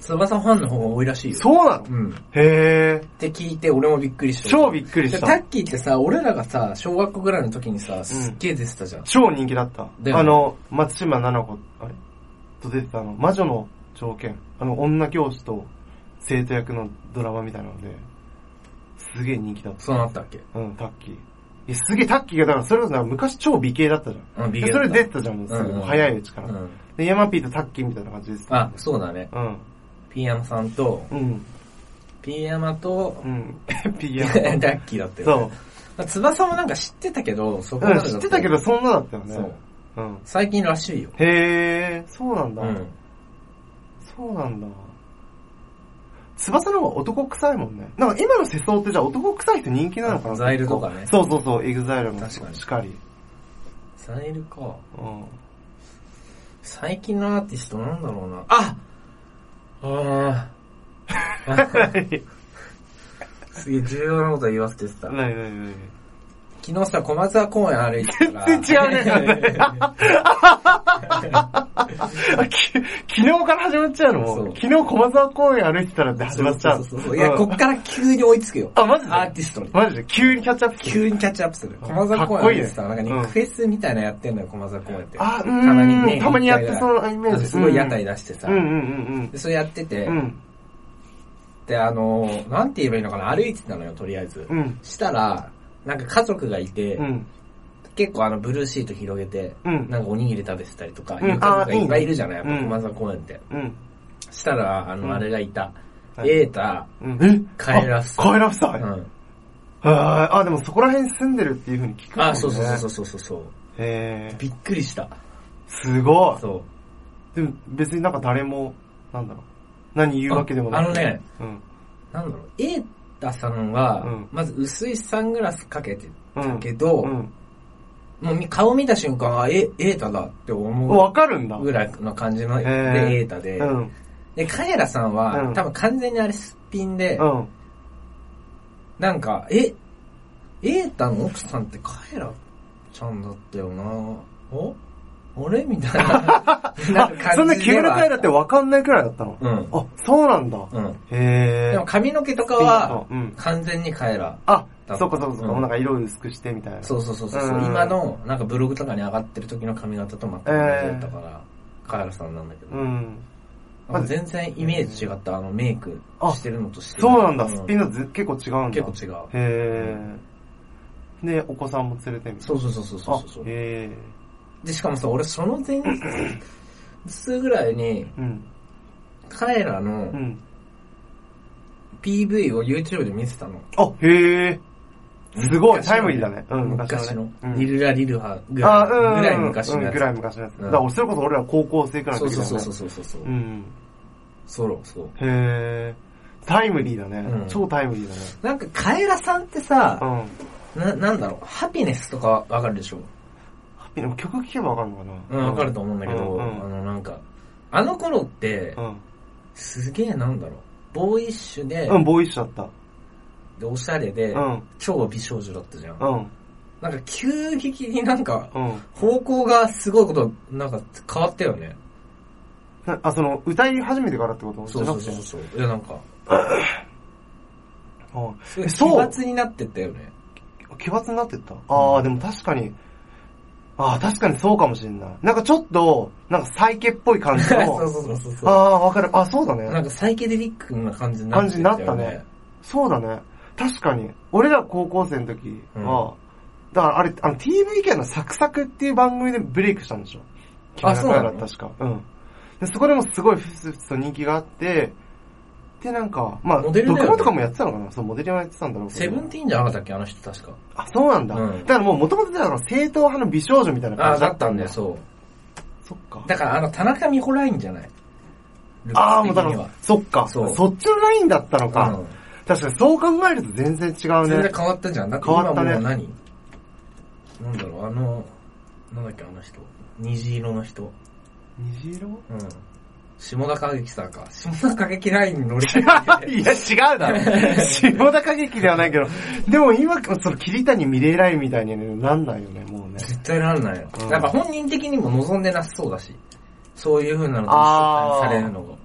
Speaker 2: 翼ファンの方が多いらしいよ。
Speaker 1: そうなの
Speaker 2: うん。
Speaker 1: へえ。
Speaker 2: って聞いて、俺もびっくりした。
Speaker 1: 超びっくりし
Speaker 2: タ
Speaker 1: た。
Speaker 2: ッキーってさ、俺らがさ、小学校ぐらいの時にさ、すっげえ出てたじゃん。
Speaker 1: 超人気だった。
Speaker 2: だよね
Speaker 1: あの、松島奈々子、あれと出てたあの、魔女の条件。あの、女教師と生徒役のドラマみたいなので、すげえ人気だっ
Speaker 2: そうなったっけ
Speaker 1: た。うん、タッキー。いや、すげえタッキーが、だからそれこそなんか昔超美形だったじゃん。
Speaker 2: うん、ビ
Speaker 1: でそれ出てたじゃん、もうすぐ。
Speaker 2: うんうん
Speaker 1: 早いうちか
Speaker 2: う
Speaker 1: ら。
Speaker 2: ん。
Speaker 1: で、ヤマピーとタッキーみたいな感じです、
Speaker 2: あ、そうだね。
Speaker 1: うん。
Speaker 2: ピーヤマさんと、
Speaker 1: うん。
Speaker 2: ピーヤマと、
Speaker 1: うん。 ピギ
Speaker 2: タ
Speaker 1: ュア。
Speaker 2: ッ キーだったよ、ね。
Speaker 1: そう。
Speaker 2: まあ翼もなんか知ってたけど、そこ
Speaker 1: う
Speaker 2: ま
Speaker 1: ん、
Speaker 2: でだ
Speaker 1: 知ってたけど、そんなだったよね。
Speaker 2: そう。
Speaker 1: うん。
Speaker 2: 最近らしいよ。
Speaker 1: へえ、そうなんだ。
Speaker 2: うん。
Speaker 1: そうなんだ。翼の方が男臭いもんね。なんか今の世相ってじゃあ男臭い人人気なのかな
Speaker 2: あザイルとかね
Speaker 1: そうそうそう、エグザイルも
Speaker 2: 確かに
Speaker 1: しかり。
Speaker 2: サイルか。
Speaker 1: うん。
Speaker 2: 最近のアーティストなんだろうな。ああ あ。すげえ重要なこと言わせてた。
Speaker 1: なになになに
Speaker 2: 昨日さ、小松沢公園歩いてたら。
Speaker 1: 全然違 うね。あき昨日から始まっちゃうのもう
Speaker 2: そう
Speaker 1: 昨日小松沢公園歩いてたらって始まっちゃう
Speaker 2: そ
Speaker 1: の。
Speaker 2: うそうそう。いや、
Speaker 1: うん
Speaker 2: こっから急に追いつくよ。
Speaker 1: あ、マジで
Speaker 2: アーティストに。
Speaker 1: マジで急にキャッチアップする。
Speaker 2: 急にキャッチアップする。
Speaker 1: うん
Speaker 2: 駒沢公
Speaker 1: かっこい
Speaker 2: 園
Speaker 1: いね
Speaker 2: でさ、なんか
Speaker 1: うん
Speaker 2: 肉フェスみたいなのやってんのよ、駒沢公園って。
Speaker 1: あ、う
Speaker 2: たまに
Speaker 1: ー
Speaker 2: ね
Speaker 1: ん。たまにやっ
Speaker 2: 一
Speaker 1: て
Speaker 2: 回
Speaker 1: そ
Speaker 2: ぐら
Speaker 1: のイメー
Speaker 2: なん
Speaker 1: ジ。
Speaker 2: かすごい屋台出してさ
Speaker 1: うん。う。んうん
Speaker 2: で、それやってて
Speaker 1: うんう、ん。
Speaker 2: で、あのー、なんて言えばいいのかな、歩いてたのよ、とりあえず
Speaker 1: う。ん。うん。
Speaker 2: したら、なんか家族がいて、
Speaker 1: うん。
Speaker 2: 結構あのブルーシート広げて、
Speaker 1: うん
Speaker 2: なんかおにぎり食べてたりとか、
Speaker 1: ん
Speaker 2: いう家族がいっぱ
Speaker 1: あーいいね
Speaker 2: いいるじゃない、やっぱ
Speaker 1: うん
Speaker 2: 駒沢公園って。
Speaker 1: うん。
Speaker 2: したら、あ
Speaker 1: うん
Speaker 2: の、あれがいた。
Speaker 1: はい
Speaker 2: エータ、
Speaker 1: うんえ
Speaker 2: 帰らす
Speaker 1: あ帰らすさ
Speaker 2: う
Speaker 1: い。
Speaker 2: ん。
Speaker 1: あーあ、でもそこら辺住んでるっていう風に聞くもんね。
Speaker 2: あ、そうそうそうそうそうそう。
Speaker 1: へー
Speaker 2: びっくりした。
Speaker 1: すごい。
Speaker 2: そう。
Speaker 1: でも別になんか誰も、なんだろう。何言うわけでもな
Speaker 2: あ
Speaker 1: い。
Speaker 2: あのね。
Speaker 1: うん。
Speaker 2: なんだろう、エータさんは、
Speaker 1: うん
Speaker 2: まず薄いサングラスかけて
Speaker 1: う
Speaker 2: た
Speaker 1: ん。
Speaker 2: けど、
Speaker 1: うん。
Speaker 2: もうみ顔見た瞬間、あ、えエータだって思
Speaker 1: わかるんだ。
Speaker 2: うぐらいの感じの、
Speaker 1: へ
Speaker 2: で、
Speaker 1: ー
Speaker 2: エータで。
Speaker 1: うん。
Speaker 2: で、カエラさんは、
Speaker 1: うん
Speaker 2: 多分完全にあれすっぴんで、
Speaker 1: うん。
Speaker 2: なんか、え、エータの奥さんってカエラちゃんだったよなおあれみたいななんか
Speaker 1: あ、 そんな急な回だってわかんないくらいだったの。
Speaker 2: うん。
Speaker 1: あ、そうなんだ。
Speaker 2: うん。
Speaker 1: へ
Speaker 2: で
Speaker 1: ー
Speaker 2: も髪の毛とかは、
Speaker 1: うん。
Speaker 2: 完全にカエラ。
Speaker 1: あ、そっかそっかそっか、
Speaker 2: うん
Speaker 1: なんか色薄くしてみたいな。
Speaker 2: そうそうそうそう。
Speaker 1: うん
Speaker 2: 今の、なんかブログとかに上がってる時の髪型と全く同じだったから、カエラさんなんだけど。
Speaker 1: うん。
Speaker 2: なんか全然イメージ違った、あの、メイクしてるのとして
Speaker 1: そうなんだ、すっぴん
Speaker 2: の
Speaker 1: のず結構違うんだ。
Speaker 2: 結構違う。
Speaker 1: へーで、お子さんも連れてみたい
Speaker 2: そうそうそうそう
Speaker 1: な。
Speaker 2: そ
Speaker 1: あ
Speaker 2: うそう、。
Speaker 1: へ
Speaker 2: で、しかもさ、俺その前日ぐらいに、
Speaker 1: ーうん。
Speaker 2: 彼らの
Speaker 1: うん。
Speaker 2: PV を YouTube で見てたの。
Speaker 1: あ、へーすごい、タイムリーだね。う
Speaker 2: 昔の昔
Speaker 1: ん、昔の
Speaker 2: の
Speaker 1: ね。うん
Speaker 2: リルラリルハぐ
Speaker 1: あ
Speaker 2: らい,、
Speaker 1: うんうん
Speaker 2: ぐらい昔の
Speaker 1: う
Speaker 2: や
Speaker 1: ん
Speaker 2: つ。
Speaker 1: ぐらい昔のやつ。
Speaker 2: うん
Speaker 1: だから、それこそ俺ら高校生くらい
Speaker 2: そ
Speaker 1: の
Speaker 2: うそ
Speaker 1: 時だ
Speaker 2: う
Speaker 1: よね。
Speaker 2: そうそうそうそう。
Speaker 1: うん。
Speaker 2: そうそう。
Speaker 1: へータイムリーだ
Speaker 2: う
Speaker 1: ね
Speaker 2: ん。
Speaker 1: 超タイムリーだね。
Speaker 2: なんかカエラさんってさ、
Speaker 1: うん。
Speaker 2: な、なんだろう、ハピネスとかわかるでしょ
Speaker 1: ハッピーでも曲聴けばわかるのか
Speaker 2: う
Speaker 1: な。
Speaker 2: ん、わかると思うんだけど、
Speaker 1: うん
Speaker 2: あのなんか、あの頃って
Speaker 1: う、ん。
Speaker 2: すげえなんだろう、ボーイッシュで、
Speaker 1: うん、ボーイッシュだっ
Speaker 2: でおしゃれで、
Speaker 1: た。うん。
Speaker 2: 超美少女だったじゃん。
Speaker 1: うん。
Speaker 2: なんか急激になんか、
Speaker 1: うん。
Speaker 2: 方向がすごいこと、なんか変わったよね。
Speaker 1: なあ、その、歌い始めてからってこと
Speaker 2: そうそうそうそう。いやなんか、
Speaker 1: じゃなくてうん
Speaker 2: すごい
Speaker 1: えそう
Speaker 2: 奇抜になってったよね。
Speaker 1: 奇抜になってったああ、でも確かに、ああ、確かにそうかもしれない。なんかちょっと、なんかサイケっぽい感じ
Speaker 2: そう
Speaker 1: の、
Speaker 2: そうそう
Speaker 1: あ
Speaker 2: そ
Speaker 1: あ、わかる。あ、そうだ
Speaker 2: う。 な
Speaker 1: ね。
Speaker 2: んかサイケデリックな感じになっ
Speaker 1: 感
Speaker 2: て
Speaker 1: じ
Speaker 2: っ
Speaker 1: に
Speaker 2: た
Speaker 1: な
Speaker 2: よ
Speaker 1: ったね。。そうだね。確かに。俺ら高校生の時は、だからあれ、あの TVK のサクサクっていう番組でブレイクしたんでしょ。
Speaker 2: あそうなの
Speaker 1: 木村カエラ確か。うん。で、そこでもすごいふつふつと人気があって、で、なんか、まあ、
Speaker 2: モデルだよね
Speaker 1: ドクロとかもやってたのかなそう、モデルもやってたんだろうけど。
Speaker 2: セブンティーンじゃなかったっけあの人確か。
Speaker 1: あ、そうなんだ。
Speaker 2: うん
Speaker 1: だからもう元々だから正統派の美少女みたいな
Speaker 2: あ
Speaker 1: 感
Speaker 2: あ、
Speaker 1: じだ
Speaker 2: だ
Speaker 1: っ
Speaker 2: ったた
Speaker 1: ん
Speaker 2: んだ
Speaker 1: だよ。
Speaker 2: よ、そう。
Speaker 1: そっか。
Speaker 2: だからあの、田中美穂ラインじゃない
Speaker 1: ああ、もうだか
Speaker 2: ルッ
Speaker 1: ら
Speaker 2: ク、
Speaker 1: そっか。そ
Speaker 2: そう
Speaker 1: っちのラインだったの
Speaker 2: ス的には
Speaker 1: か。確かにそう考えると全然違
Speaker 2: う。
Speaker 1: うんね。
Speaker 2: 全然変わったじゃん。だって
Speaker 1: 変わ
Speaker 2: 今
Speaker 1: ったね
Speaker 2: もう何なんだろう、あの、なんだっけ、あの人。虹色の人。
Speaker 1: 虹色
Speaker 2: うん。下田景樹さんか。下田景樹ラインに乗りたい。
Speaker 1: いや、違うだろ。下田歌劇ではないけど、でも今、その桐谷美玲ラインみたいにはなんないよね、もうね。
Speaker 2: 絶対なんないよ。
Speaker 1: うん
Speaker 2: なんか本人的にも望んでなさそうだし。そういう風なのと一緒にされるのが。多分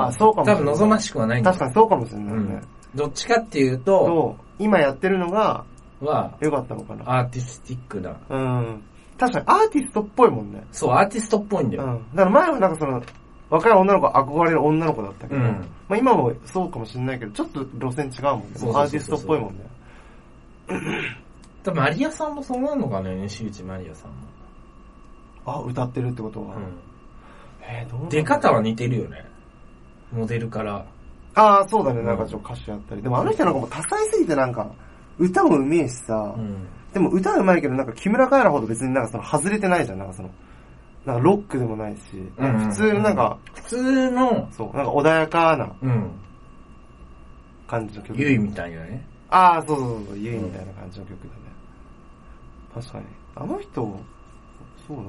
Speaker 1: ああ、そうかもしれ
Speaker 2: 多
Speaker 1: ない。
Speaker 2: 分望ましくはないんだよ
Speaker 1: 確かにそうかもしれないうね。
Speaker 2: ん。どっちかっていうと、
Speaker 1: と、今やってるのが
Speaker 2: は、
Speaker 1: 良かったのかな。
Speaker 2: アーティスティックな。
Speaker 1: うん。確かにアーティストっぽいもんね。
Speaker 2: そう、アーティストっぽいんだ
Speaker 1: う
Speaker 2: よ。
Speaker 1: ん。だから前はなんかその、若い女の子憧れる女の子だったけど、
Speaker 2: うん
Speaker 1: まあ今もそうかもしれないけど、ちょっと路線違うもんね。
Speaker 2: そうそうそうそう
Speaker 1: アーティストっぽいもんね。
Speaker 2: 多分マリアさんもそうなのかね、西内マリアさんも。
Speaker 1: あ、歌ってるってことは。
Speaker 2: う。
Speaker 1: えーどうなんの
Speaker 2: 出方は似てるよね。モデルから。
Speaker 1: ああ、そうだね。なんかちょっと歌手やったり。でもあの人なんかもう多彩すぎてなんか、歌もうめえしさ、
Speaker 2: うん。
Speaker 1: でも歌うまいけどなんか木村カエラほど別になんかその外れてないじゃん。なんかその、なんかロックでもないし、なんか普通のなんか、
Speaker 2: 普通の、
Speaker 1: そう、なんか穏やかな
Speaker 2: うん。
Speaker 1: 感じの曲。
Speaker 2: ゆいみたいなね。
Speaker 1: ああ、そうそうそうそう、ゆいみたいな感じの曲だね。確かに。あの人、そうだな。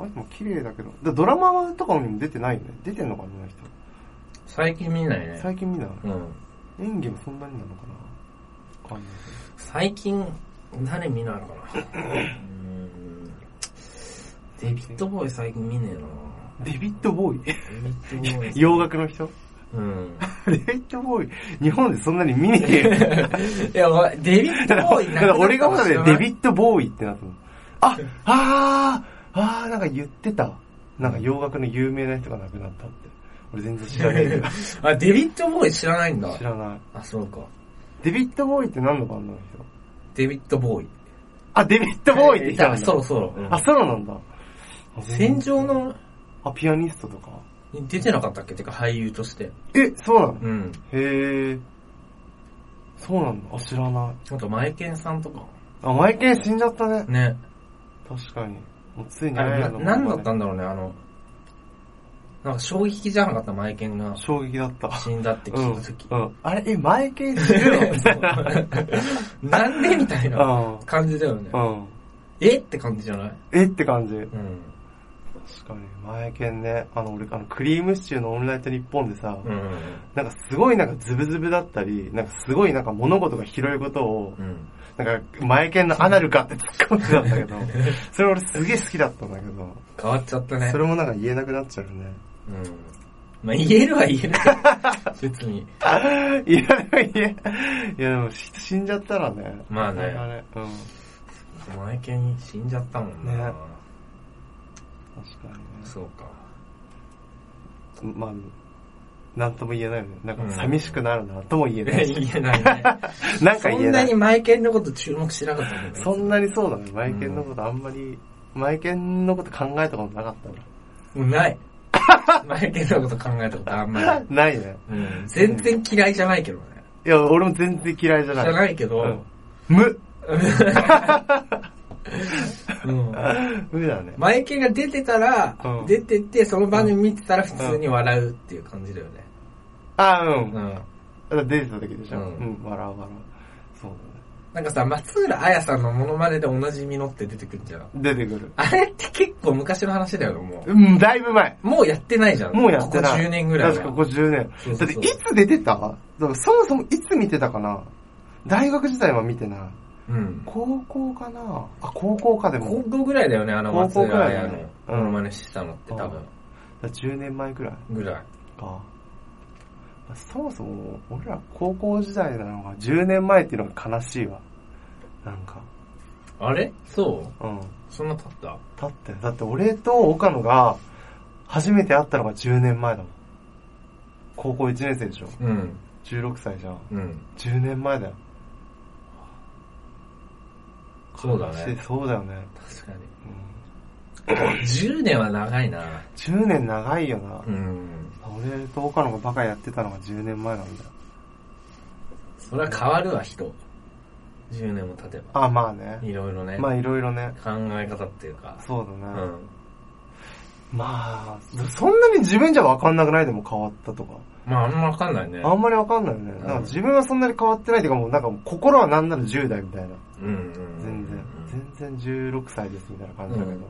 Speaker 1: あの人も綺麗だけど。だドラマとかにも出てないよね。出てんのかな、あの人。
Speaker 2: 最近見ないね。
Speaker 1: 最近見ない。
Speaker 2: うん。
Speaker 1: 演技もそんなになのかな。わかんない
Speaker 2: 最近、誰見ないのかな。うーん。デビッドボーイ最近見ねえな
Speaker 1: けどデビッド・ボーイ。
Speaker 2: デビッドボーイ。
Speaker 1: 洋楽の人
Speaker 2: うん。
Speaker 1: デビッド・ボーイ。日本でそんなに見ねえよ。
Speaker 2: いや、お前デビッド
Speaker 1: だから
Speaker 2: ボーイ
Speaker 1: だから俺がまだね、デ
Speaker 2: ッ
Speaker 1: ビッド・ボーイってなったの。あ、あー、あー、なんか言ってた。なんか洋楽の有名な人が亡くなったって。俺全然知らね えけど。
Speaker 2: ド。あ、デビッドボーイ知らないんだ。
Speaker 1: 知らない。
Speaker 2: あ、そうか。
Speaker 1: デビッド・ボーイって何のバンドの人
Speaker 2: デビッド・ボーイ。
Speaker 1: あ、デビッド・ボーイって来たんだ。
Speaker 2: ソロソロ。うん
Speaker 1: あ、ソロなんだ。
Speaker 2: 戦場の、
Speaker 1: あ、ピアニストとか。
Speaker 2: に出てなかったっけてか俳優として。
Speaker 1: え、そうなの
Speaker 2: うん。
Speaker 1: へえ。そうなんだ。あ、知らない。
Speaker 2: なんかマエケンさんとか。
Speaker 1: あ、マイケン死んじゃったね。
Speaker 2: ね。
Speaker 1: 確かに。もうついに
Speaker 2: あ
Speaker 1: 会え
Speaker 2: れ、
Speaker 1: ない
Speaker 2: な
Speaker 1: の
Speaker 2: なんだったんだろうね、あの、なんか衝撃じゃなかったマエケンが
Speaker 1: 衝撃だった。
Speaker 2: 死んだって
Speaker 1: うん。
Speaker 2: 聞いたとき。
Speaker 1: うん。あれ、え、マイケン死ぬ の
Speaker 2: なんでみたいな
Speaker 1: うん
Speaker 2: 感じだよね。
Speaker 1: うん。
Speaker 2: えって感じじゃない
Speaker 1: えって感じ。
Speaker 2: うん。
Speaker 1: 確かに、前剣ね、あの、俺、あの、クリームシチューのオンライト日本でさ、
Speaker 2: うん。
Speaker 1: なんかすごいなんかズブズブだったり、なんかすごいなんか物事が広いことを、
Speaker 2: うん。
Speaker 1: なんか、前剣のアナルかって突っ込んでたんだけど、それ俺すげえ好きだったんだけど、
Speaker 2: 変わっちゃったね。
Speaker 1: それもなんか言えなくなっちゃうね。
Speaker 2: うん。まあ、言えるは言える。 別に。
Speaker 1: いや、でも言え、いやでもし死んじゃったらね。
Speaker 2: まあね
Speaker 1: なかね。うん。
Speaker 2: マエケン死んじゃったもんな。
Speaker 1: ね確か
Speaker 2: そうか。
Speaker 1: にね。まあ、なんとも言えないよね。なんか寂しくなるなとも言えないし。
Speaker 2: 言えないね。
Speaker 1: なんか
Speaker 2: そ
Speaker 1: 言え
Speaker 2: ん
Speaker 1: な
Speaker 2: ないに。マエケンのこと注目しなかったもんね。
Speaker 1: そんなにそうだね。マイケンのことあんまり、マイケンのこと考えたことなかったな。
Speaker 2: もうない。マエケンのこと考えたことあんまり ない。
Speaker 1: ないね。
Speaker 2: うん。全然嫌いじゃない けどね。
Speaker 1: いや、俺も全然嫌いじゃ
Speaker 2: じ
Speaker 1: ない。
Speaker 2: ゃないけど、
Speaker 1: うん無
Speaker 2: うん。
Speaker 1: 無だね。
Speaker 2: マエケンが出てたら
Speaker 1: う、ん
Speaker 2: 出てって、その番組見てたら普通に笑うっていう感じだよね。
Speaker 1: あ、
Speaker 2: う
Speaker 1: う。
Speaker 2: んん。
Speaker 1: だから出てた時でしょ。
Speaker 2: う
Speaker 1: うんん、笑う笑う。そう
Speaker 2: なんかさ、松浦綾さんのモノマネでおなじみのって出てくるじゃん。
Speaker 1: だね。出てくる。
Speaker 2: あれって結構昔の話だよね、も
Speaker 1: うん、だいぶ前。
Speaker 2: う。もうやってないじゃん。
Speaker 1: もうやってない。
Speaker 2: ここ10年ぐらいは。
Speaker 1: 確かここ10年。
Speaker 2: そうそう
Speaker 1: だって
Speaker 2: そう
Speaker 1: いつ出てただからそもそもいつ見てたかな大学時代は見てない。
Speaker 2: うん。
Speaker 1: 高校かなあ、高校かで
Speaker 2: 高
Speaker 1: も。
Speaker 2: 校ぐらいだよね、あの
Speaker 1: 高
Speaker 2: 松
Speaker 1: 校ぐ
Speaker 2: 浦
Speaker 1: らいだ
Speaker 2: 綾
Speaker 1: ね
Speaker 2: のモノマネしてたのって多分。
Speaker 1: だから10年前ぐらい
Speaker 2: ぐらい。
Speaker 1: か。そもそも、俺ら高校時代なのが10年前っていうのが悲しいわ。なんか。
Speaker 2: あれそう
Speaker 1: うん。
Speaker 2: そんな経った
Speaker 1: だって、だって俺と岡野が初めて会ったのが10年前だもん。高校1年生でしょ
Speaker 2: うん。
Speaker 1: ?16 歳じゃん。
Speaker 2: うん。
Speaker 1: 10年前だよ。
Speaker 2: そうだ
Speaker 1: し
Speaker 2: ね。
Speaker 1: そうだよね。
Speaker 2: 確かに。
Speaker 1: うん
Speaker 2: 10年は長いな。
Speaker 1: 10年長いよな。
Speaker 2: うん。
Speaker 1: 俺と岡野がバカやってたのが10年前なんだよ。
Speaker 2: それは変わるわ、人。10年も経てば。
Speaker 1: あ、まあね。
Speaker 2: いろいろね。
Speaker 1: まあいろいろね。
Speaker 2: 考え方っていうか。
Speaker 1: そうだ
Speaker 2: う
Speaker 1: ね。
Speaker 2: ん。
Speaker 1: まあ、そんなに自分じゃわかんなくないでも変わったとか。
Speaker 2: まあ、あんまわかんないね。
Speaker 1: あんまりわかんないよね。なんか自分はそんなに変わってないっていうかもうなんかもう心はなんなら10代みたいな。
Speaker 2: うんうん。
Speaker 1: 全然。全然16歳ですみたいな感じだけど。
Speaker 2: うん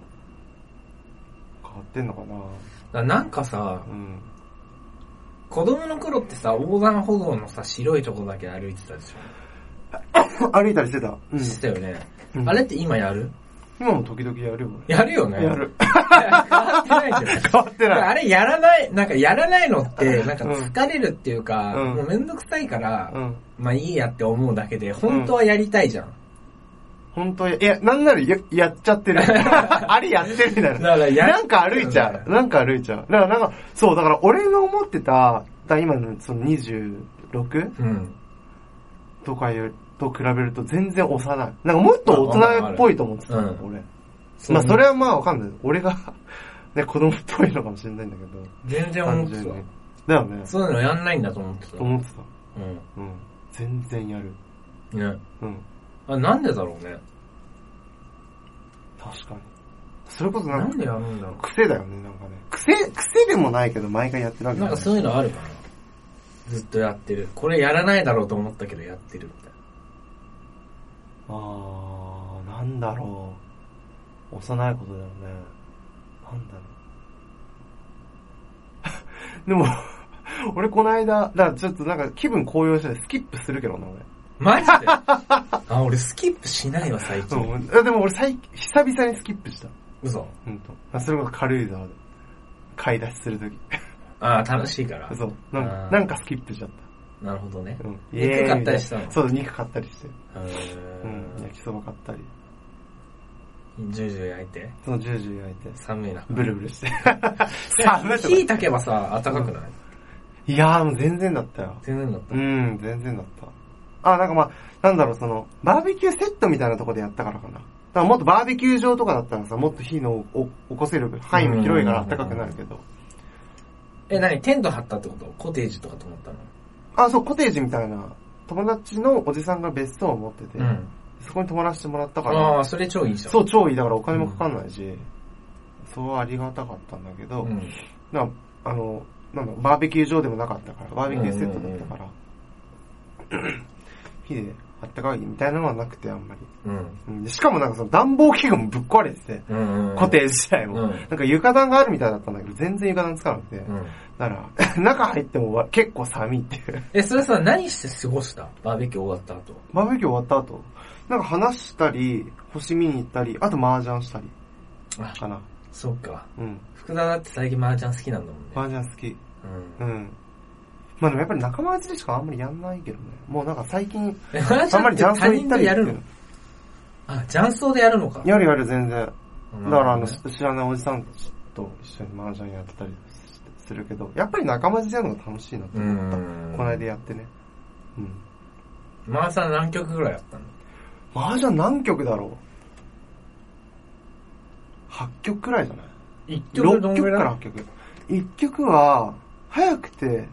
Speaker 1: 変わってんのか
Speaker 2: だ
Speaker 1: な
Speaker 2: なんかさ、
Speaker 1: うん。
Speaker 2: 子供の頃ってさ、横断歩道のさ、白いとこだけ歩いてたでし
Speaker 1: 歩いたりしてた。
Speaker 2: ょ。してたよね。
Speaker 1: うん。
Speaker 2: あれって今やる
Speaker 1: 今も時々やるよ。
Speaker 2: やるよね。
Speaker 1: 俺や。る。
Speaker 2: 変わってないじゃん。
Speaker 1: 変わっ
Speaker 2: だか
Speaker 1: て
Speaker 2: ら
Speaker 1: ない。
Speaker 2: あれやらない、なんかやらないのって、なんか疲れるっていうか、
Speaker 1: うん
Speaker 2: もうめんどくさいから、
Speaker 1: うん。
Speaker 2: まあいいやって思うだけで、本当はやりたいじゃん。
Speaker 1: 本当に、いや、なんならややっちゃってる。 あれやってるみたいな。
Speaker 2: だからやる
Speaker 1: なんか歩いちゃう。なんか歩いちゃう。だからなんか、そう、だから俺の思ってた、だ今のその 26?
Speaker 2: うん。
Speaker 1: とかよと比べると全然幼い。なんかもっと大人っぽいと思ってた
Speaker 2: うん
Speaker 1: 俺。まあそれはまあわかんない。俺が、 ね、子供っぽいのかもしれないんだけど。
Speaker 2: 全然思って
Speaker 1: 単純に
Speaker 2: た。
Speaker 1: だよね。
Speaker 2: そういうのやんないんだと思ってた。
Speaker 1: 思ってた。
Speaker 2: う
Speaker 1: うん。全然やる。
Speaker 2: ん。ね。
Speaker 1: うん。
Speaker 2: あ、なんでだろうね。
Speaker 1: 確かに。それこそな
Speaker 2: なんん
Speaker 1: か、
Speaker 2: でやるんだろ
Speaker 1: 癖だよね、なんかね。癖、癖でもないけど毎回やってるわ
Speaker 2: う。
Speaker 1: け
Speaker 2: なん
Speaker 1: だ
Speaker 2: か
Speaker 1: よね
Speaker 2: そういうのあるかな。ずっとやってる。これやらないだろうと思ったけどやってるみたい
Speaker 1: あー、なんだろう。幼いことだよね。なんだろ う。でも、俺この間、だからちょっとなんか気分高揚してスキップするけどな、
Speaker 2: な。マ ジであ、俺スキップしないわ、最
Speaker 1: 俺。
Speaker 2: 近。
Speaker 1: うん、でも俺最近、久々にスキップした。
Speaker 2: 嘘。
Speaker 1: ほんと。あそれこそ軽井沢で。買い出しするとき。
Speaker 2: あー、楽しいから。
Speaker 1: そう。なんか
Speaker 2: あ、ー
Speaker 1: なんかスキップしちゃっ
Speaker 2: なるほどね
Speaker 1: た。。うん。
Speaker 2: 肉買ったりしたの
Speaker 1: イエーイみいなそう、肉買ったりして。
Speaker 2: うー
Speaker 1: うん。
Speaker 2: ん
Speaker 1: 焼きそば買ったり。
Speaker 2: ジュージュー焼いて、
Speaker 1: そのジュージュー焼いて。
Speaker 2: 寒いな。
Speaker 1: ブルブルして。 寒いとか
Speaker 2: 火炊けばさ、暖かくない
Speaker 1: いやーもう全然だったよ。
Speaker 2: 全然だっ
Speaker 1: うん、全然だった。あ、なんかまあ、なんだろう、その、バーベキューセットみたいなとこでやったからかな。だからもっとバーベキュー場とかだったらさ、もっと火のお起こせる範囲も広いから暖かくなるけど。
Speaker 2: え、何テント張ったってことコテージとかと思ったの
Speaker 1: あ、そう、コテージみたいな、友達のおじさんが別荘を持ってて、
Speaker 2: うん。
Speaker 1: そこに泊まらせてもらったから、
Speaker 2: ああ、それ超いいじゃん。
Speaker 1: そう、超いいだからお金もかかんないし、そうありがたかったんだけど、
Speaker 2: うん。
Speaker 1: なあの、なんだろうバーベキュー場でもなかったから、バーベキューセットだったから、火であったかいみたいなのはなくて、あんまり。
Speaker 2: うん。
Speaker 1: うんでしかもなんかその暖房器具もぶっ壊れてて、
Speaker 2: うん。
Speaker 1: 固定自体も。
Speaker 2: うん
Speaker 1: なんか床暖があるみたいだったんだけど、全然床暖つかなくて。
Speaker 2: うん。
Speaker 1: だから、 中入ってもわ結構寒いっていう。
Speaker 2: え、それさ、何して過ごしたバーベキュー終わった後。
Speaker 1: バーベキュー終わった後、なんか話したり、星見に行ったり、あと麻雀したり
Speaker 2: あ、
Speaker 1: かな。
Speaker 2: そっか。
Speaker 1: うん。
Speaker 2: 福田だって最近麻雀好きなんだもんね。
Speaker 1: 麻雀好き。
Speaker 2: うん
Speaker 1: う。ん。まあでもやっぱり仲間内でしかあんまりやんないけどね。もうなんか最近、
Speaker 2: え、麻
Speaker 1: あんまり雀荘
Speaker 2: 他
Speaker 1: 行っ
Speaker 2: 人
Speaker 1: た
Speaker 2: と
Speaker 1: り
Speaker 2: やるのあ、雀荘でやるのか。
Speaker 1: やるやる全然。だからあの、
Speaker 2: なるほどね
Speaker 1: 知らないおじさんたちと一緒に麻雀やってたりするけど、やっぱり仲間内でやるのが楽しいなって思った。
Speaker 2: うん
Speaker 1: この間やってね。うん。
Speaker 2: マーさん何曲ぐらいやったの
Speaker 1: 麻雀何曲だろう ?8 曲くらいじゃない
Speaker 2: 一曲ど
Speaker 1: ?6
Speaker 2: んぐ
Speaker 1: 曲からら
Speaker 2: い
Speaker 1: 8曲。1曲は、早くて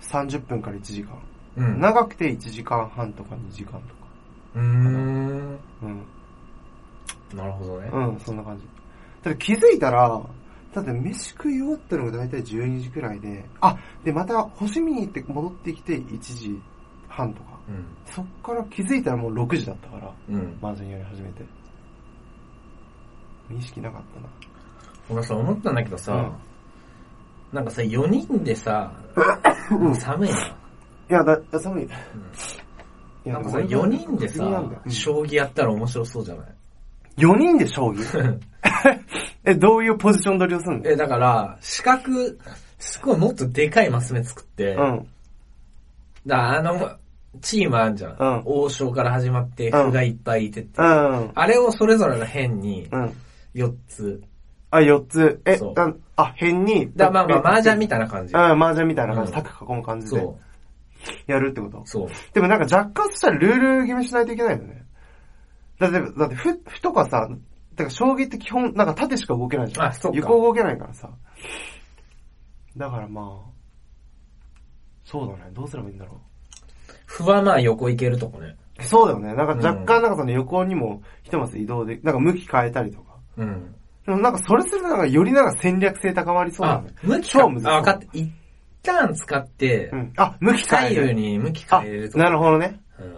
Speaker 1: 30分から1時間。
Speaker 2: うん。
Speaker 1: 長くて1時間半とか2時間とか。
Speaker 2: うーん。
Speaker 1: うん。
Speaker 2: なるほどね。
Speaker 1: うん、そんな感じ。ただ気づいたら、だって飯食い終わったのが大体12時くらいで、あ、で、また星見に行って戻ってきて1時半とか。
Speaker 2: うん。
Speaker 1: そっから気づいたらもう6時だったから、
Speaker 2: うん。
Speaker 1: マージャンやり始めて。意識なかったな。
Speaker 2: 俺さ、思ったんだけどさ、なんかさ、4人でさ、寒いな。
Speaker 1: いや、だ、寒い。い
Speaker 2: なんか
Speaker 1: で
Speaker 2: さ、
Speaker 1: も俺
Speaker 2: 4人で
Speaker 1: 不思議なん
Speaker 2: さ
Speaker 1: だよ、
Speaker 2: 将棋やったら面白そうじゃない
Speaker 1: 4人で将 棋え、どういうポジション取りをするの
Speaker 2: え、だから、四角、すごいもっとでかいマス目作って、
Speaker 1: うん。
Speaker 2: だからあの、チームあんじゃん。
Speaker 1: うん
Speaker 2: 王将から始まって、
Speaker 1: うん
Speaker 2: 歩がいっぱいいてって、
Speaker 1: うん。
Speaker 2: あれをそれぞれの辺に
Speaker 1: うん。
Speaker 2: 4つ。
Speaker 1: あ、4つ。え
Speaker 2: そう、
Speaker 1: ああ、変に。
Speaker 2: だからまあまあ、麻雀
Speaker 1: み
Speaker 2: みたいな感じ
Speaker 1: た。いな。うん、麻雀みたいな感じ。
Speaker 2: うん
Speaker 1: 柵囲む感じ
Speaker 2: そ
Speaker 1: で
Speaker 2: う。
Speaker 1: やるってこと。
Speaker 2: そう。
Speaker 1: でもなんか若干したらルール決めしないといけないよね。だって、だって、ふ、ふとかさ、だから将棋って基本、なんか縦しか動けないじゃん。
Speaker 2: あそっか
Speaker 1: 横動けないからさ。だからまあ、そうだね。どうすればいいんだろう。
Speaker 2: 歩はまあ横行けるとこね。
Speaker 1: そうだよね。なんか若干なんかその横にも一マス移動で、なんか向き変えたりとか。
Speaker 2: うん。
Speaker 1: でもなんかそれするとなんかよりなんか戦略性高まりそうだ
Speaker 2: あ
Speaker 1: ね。、
Speaker 2: 向き
Speaker 1: 超
Speaker 2: か
Speaker 1: 難し。そう
Speaker 2: あ、分かって、一旦使って
Speaker 1: う、ん。あ、向き変え
Speaker 2: 左右
Speaker 1: る。
Speaker 2: に向き
Speaker 1: あ
Speaker 2: 変える、とか。
Speaker 1: なるほどね。
Speaker 2: うん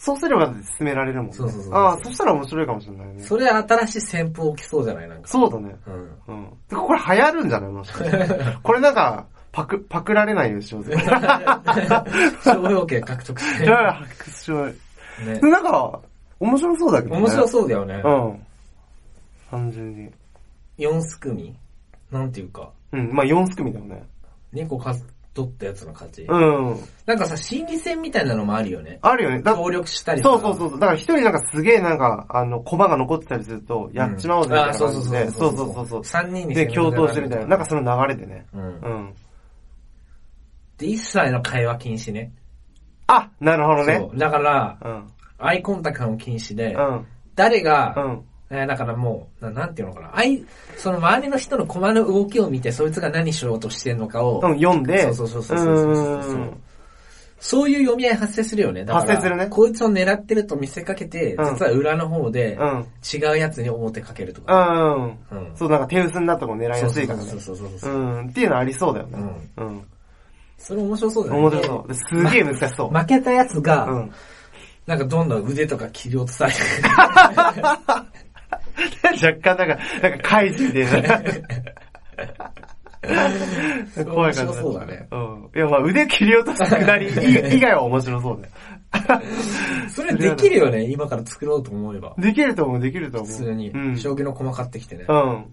Speaker 1: そうすれば進められるもんね。
Speaker 2: そうそうそう
Speaker 1: ああ、そしたら面白いかもしれないね。
Speaker 2: それ新しい戦法起きそうじゃないなんか。
Speaker 1: そうだね。
Speaker 2: うん。
Speaker 1: うん。てかこれ流行るんじゃないもしか して。これなんか、パク、パクられないようにしようぜ。
Speaker 2: 商用権獲得 して
Speaker 1: い。やいや、拍手は
Speaker 2: ね
Speaker 1: で、。なんか、面白そうだけどね。
Speaker 2: 面白そうだよね。
Speaker 1: うん。単純に。
Speaker 2: 四すくみなんていうか、
Speaker 1: うん、まあ4組だよね。
Speaker 2: 猫か取ったやつの勝ち。
Speaker 1: うん。
Speaker 2: なんかさ、心理戦みたいなのもあるよね。
Speaker 1: あるよね。だ
Speaker 2: 協力したり。
Speaker 1: そうそうそうう。だから一人なんかすげえなんか、あの、コマが残ってたりすると、やっちまおうぜみたい
Speaker 2: あ
Speaker 1: な
Speaker 2: そう
Speaker 1: 感
Speaker 2: そう
Speaker 1: じ
Speaker 2: そう
Speaker 1: で。そうそうそうそう。
Speaker 2: 三人に
Speaker 1: で、共闘してみたいな。なんか
Speaker 2: さ、
Speaker 1: その流れでね。
Speaker 2: うん
Speaker 1: う。ん。
Speaker 2: で、一切の会話禁止ね。
Speaker 1: あ、なるほどね
Speaker 2: そ。う。だから、
Speaker 1: うん。
Speaker 2: アイコンタクトも禁止で
Speaker 1: う、ん。
Speaker 2: 誰が、
Speaker 1: うん。
Speaker 2: えーだからもう、ななんていうのかな。あい、その周りの人の駒の動きを見て、そいつが何しようとしてんのかを、
Speaker 1: うん、読んで。
Speaker 2: そうそうそうそうそうそうそう
Speaker 1: うん
Speaker 2: そういう読み合い発生するよね。だから
Speaker 1: 発生するね
Speaker 2: こいつを狙ってると見せかけて、
Speaker 1: うん
Speaker 2: 実は裏の方で、
Speaker 1: うん。
Speaker 2: 違うやつに表かけるとか。
Speaker 1: うん。
Speaker 2: うん。
Speaker 1: そう、なんか手薄になったとこ
Speaker 2: そ
Speaker 1: 狙いや
Speaker 2: う
Speaker 1: す
Speaker 2: そう
Speaker 1: いからね
Speaker 2: そ。うそうそうそうう。
Speaker 1: ん。っていうのありそうだよね。うん。
Speaker 2: それ面白そうだよね。
Speaker 1: 面白そう。ですげえ難しそう。
Speaker 2: 負けたやつが、
Speaker 1: うん。
Speaker 2: なんかどんどん腕とか切り落とされて
Speaker 1: 若干なんか、なんか怪獣で。
Speaker 2: くる
Speaker 1: 怖
Speaker 2: 面
Speaker 1: い感
Speaker 2: 白
Speaker 1: じ。
Speaker 2: そうだね。。
Speaker 1: うん。いや、まあ腕切り落とすくだり以以外は面白そうだよ。
Speaker 2: それできるよね、今から作ろうと思えば。
Speaker 1: できると思う、できると
Speaker 2: 普
Speaker 1: 思う。
Speaker 2: 通に
Speaker 1: う、ん。
Speaker 2: 将棋の駒買ってきてね。
Speaker 1: うん。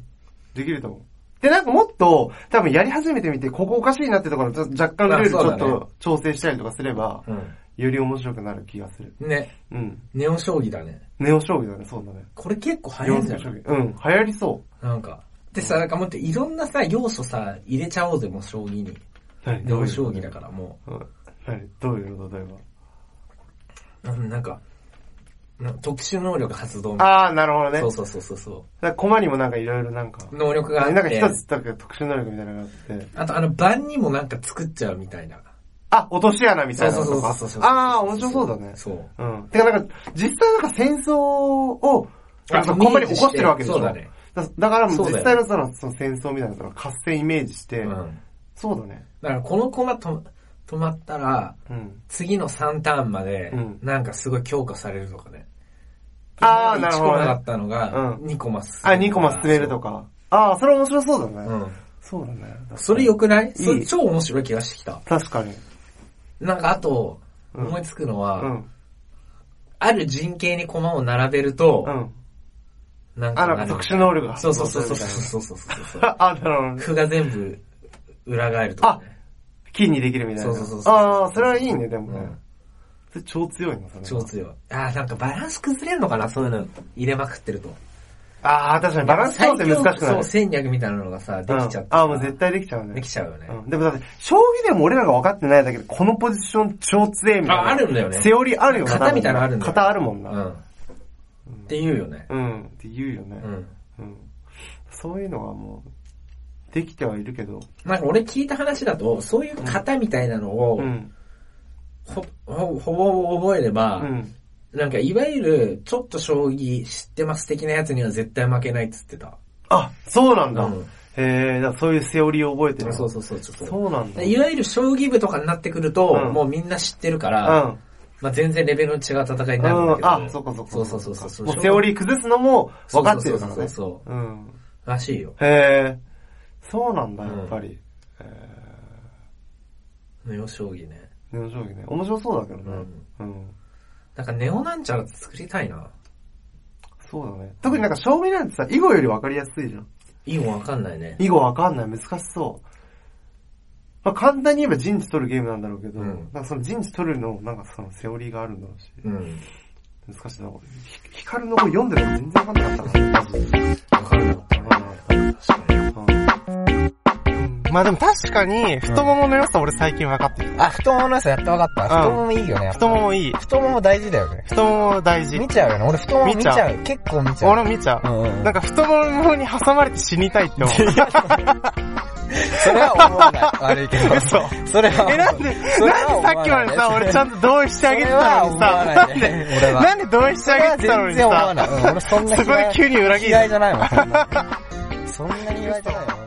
Speaker 1: できると思う。で、なんかもっと、多分やり始めてみて、ここおかしいなってところ、ちょ若干ルールち
Speaker 2: まあ
Speaker 1: ょ
Speaker 2: そ
Speaker 1: っ
Speaker 2: うだね
Speaker 1: と調整したりとかすれば、
Speaker 2: う
Speaker 1: より面白くなる気がする。
Speaker 2: ん。ね、
Speaker 1: うん。
Speaker 2: ネオ将棋だね。
Speaker 1: ネオ将棋だね、そうだね。
Speaker 2: これ結構早いんじゃ
Speaker 1: 四将
Speaker 2: ん。
Speaker 1: 棋。うん、流行りそ
Speaker 2: なんか。でさ、なんかもっていろんなさ、要素さ、入れちゃおうぜ、もう将棋に。
Speaker 1: う。何
Speaker 2: ネオ将棋だからも
Speaker 1: うん。何どういうの例えば。
Speaker 2: うんなんか、な特殊能力発動みたい
Speaker 1: ああ、なるほどね。
Speaker 2: な。そう
Speaker 1: だか
Speaker 2: そうそうそうそ
Speaker 1: らコマにもなんかいろいろなんか、
Speaker 2: う。能力があ
Speaker 1: な
Speaker 2: っ
Speaker 1: ん
Speaker 2: て。
Speaker 1: か一つだけ特殊能力みたいなのがあって、
Speaker 2: あと、あの、盤にもなんか作っちゃうみたいな。
Speaker 1: あ、落とし穴みたいなの
Speaker 2: そう
Speaker 1: と
Speaker 2: そう
Speaker 1: か
Speaker 2: そうそう。
Speaker 1: ああ、面白そうだね。
Speaker 2: そう。
Speaker 1: うん。てかなんか、実際なんか戦争を、なんかコンパに起こしてるわけでしょ。
Speaker 2: そうだね。
Speaker 1: だ。だからも
Speaker 2: そう
Speaker 1: う
Speaker 2: だよ
Speaker 1: 実際のそのその戦争みたいなのとか、合戦イメージして、
Speaker 2: うん。
Speaker 1: そうだね。
Speaker 2: だから、このコマと止まったら、
Speaker 1: うん。
Speaker 2: 次の3ターンまで
Speaker 1: うん、
Speaker 2: なんかすごい強化されるとかね。
Speaker 1: あーなるほど
Speaker 2: 1
Speaker 1: ね
Speaker 2: コマだったのが、
Speaker 1: うん
Speaker 2: 2コマ進
Speaker 1: あ、2コマ進めると
Speaker 2: か。
Speaker 1: か。ああ、それ面白そうだね。
Speaker 2: うん。
Speaker 1: そうだね。
Speaker 2: それ良くない
Speaker 1: い
Speaker 2: それ超面白い気がしてきた。
Speaker 1: 確かに。
Speaker 2: なんかあと、
Speaker 1: うん
Speaker 2: 思いつくのは、
Speaker 1: うん。
Speaker 2: ある陣形に駒を並べると
Speaker 1: う、ん。
Speaker 2: なん
Speaker 1: あ、
Speaker 2: か
Speaker 1: なん
Speaker 2: な
Speaker 1: か
Speaker 2: る
Speaker 1: 特殊能力が。
Speaker 2: そうそうそうそうそうそうそう。
Speaker 1: あ、な るほどね。
Speaker 2: 歩が全部裏返るとか、ね。
Speaker 1: 金にできるみたいな。
Speaker 2: そうそうそうそう
Speaker 1: ああ、それはいいね、でも
Speaker 2: う
Speaker 1: ね
Speaker 2: ん。
Speaker 1: それ超強いな、それ。
Speaker 2: 超強い。あーなんかバランス崩れんのかな、そういうの入れまくってると。
Speaker 1: ああ、確かにバランス調整難しくな
Speaker 2: 最
Speaker 1: る。
Speaker 2: 強そう、戦略みたいなのがさ、できちゃってさ
Speaker 1: うん。ああ、もう絶対できちゃう
Speaker 2: で
Speaker 1: ね
Speaker 2: き。ちゃうよね。
Speaker 1: うんでもだって、将棋でも俺らが分かってないだけで、このポジション超強いみたいな。
Speaker 2: ああるんだよね
Speaker 1: セオリーあるよな
Speaker 2: 型みたいなのあるんだよ
Speaker 1: 型あるもん
Speaker 2: う
Speaker 1: な。
Speaker 2: ん。って言うよね。
Speaker 1: うん。って言うよね
Speaker 2: う。ん。
Speaker 1: うん。そういうのはもう、できてはいるけど。
Speaker 2: なんか俺聞いた話だと、そういう型みたいなのを
Speaker 1: う、ん。
Speaker 2: ほ、ほ、ほぼ覚えれば、
Speaker 1: うん。
Speaker 2: なんかいわゆる、ちょっと将棋知ってます的なやつには絶対負けないっつってた。
Speaker 1: あ、そうなんだ。
Speaker 2: うん
Speaker 1: へえ、だからそういうセオリーを覚えてる。
Speaker 2: そうそうそう、ちょっと。
Speaker 1: そうなんだ。
Speaker 2: いわゆる将棋部とかになってくると、
Speaker 1: うん
Speaker 2: もうみんな知ってるか
Speaker 1: う
Speaker 2: ら、
Speaker 1: ん。
Speaker 2: まあ全然レベルの違う戦いになるんだけど。
Speaker 1: うん。あ、そっかそっか。
Speaker 2: そうそうそうそう。
Speaker 1: もうセオリー崩すのも分かってるから
Speaker 2: そう
Speaker 1: ね。
Speaker 2: そうそうそう
Speaker 1: うん。
Speaker 2: らしいよ。
Speaker 1: へえ。そうなんだ、やっぱり。
Speaker 2: ネオ将棋ね。
Speaker 1: ネオ将棋ね。面白そうだけど
Speaker 2: う
Speaker 1: ね。
Speaker 2: ん。
Speaker 1: うん。
Speaker 2: なんかネオなんちゃら作りたいな。
Speaker 1: そうだね。特になんか将棋なんてさ、囲碁より分かりやすいじゃん。
Speaker 2: いいもんわかんないね。
Speaker 1: 囲碁分かんない、難しそう。まあ簡単に言えば陣地取るゲームなんだろうけど、
Speaker 2: うん
Speaker 1: なんかその陣地取るの、なんかそのセオリーがあるんだろうし。
Speaker 2: うん。
Speaker 1: 難しいな、俺。ひ光の子読んでるの全然分かんなかったな。
Speaker 2: わかんなかったな。確かに。
Speaker 1: まあでも確かに、太ももの良さ俺最近分かってる。
Speaker 3: あ、太ももの良さやっと分かった。
Speaker 1: うん
Speaker 3: 太ももいいよね。やっぱ
Speaker 1: 太ももいい。
Speaker 3: 太もも大事だよね。
Speaker 1: 太もも大事
Speaker 3: 見。ちゃうよね。俺太もも見ち
Speaker 1: 見ちゃ
Speaker 3: ゃう。結構見ちゃう。
Speaker 1: 俺も見ちゃう。
Speaker 3: うんうんうん
Speaker 1: なんか太ももに挟まれて死にたいって思う。
Speaker 3: それは思わない。悪いけ ど。
Speaker 1: 嘘
Speaker 3: それは。
Speaker 1: え、なんで、
Speaker 3: それは
Speaker 1: なんでさっきまでさ、
Speaker 3: 思わない
Speaker 1: 俺ちゃんと同意してあげてたのに
Speaker 3: それは思わ
Speaker 1: さ、な
Speaker 3: なんい
Speaker 1: で、
Speaker 3: ね俺は
Speaker 1: なんで同意して
Speaker 3: それ
Speaker 1: あ
Speaker 3: は
Speaker 1: げてたの
Speaker 3: 全
Speaker 1: に
Speaker 3: 然思わない。
Speaker 1: さ、
Speaker 3: うん俺そんな
Speaker 1: すごい
Speaker 3: 嫌い
Speaker 1: 急に裏切る
Speaker 3: 嫌いじゃないもん。そんなそんなに嫌いじゃないもん。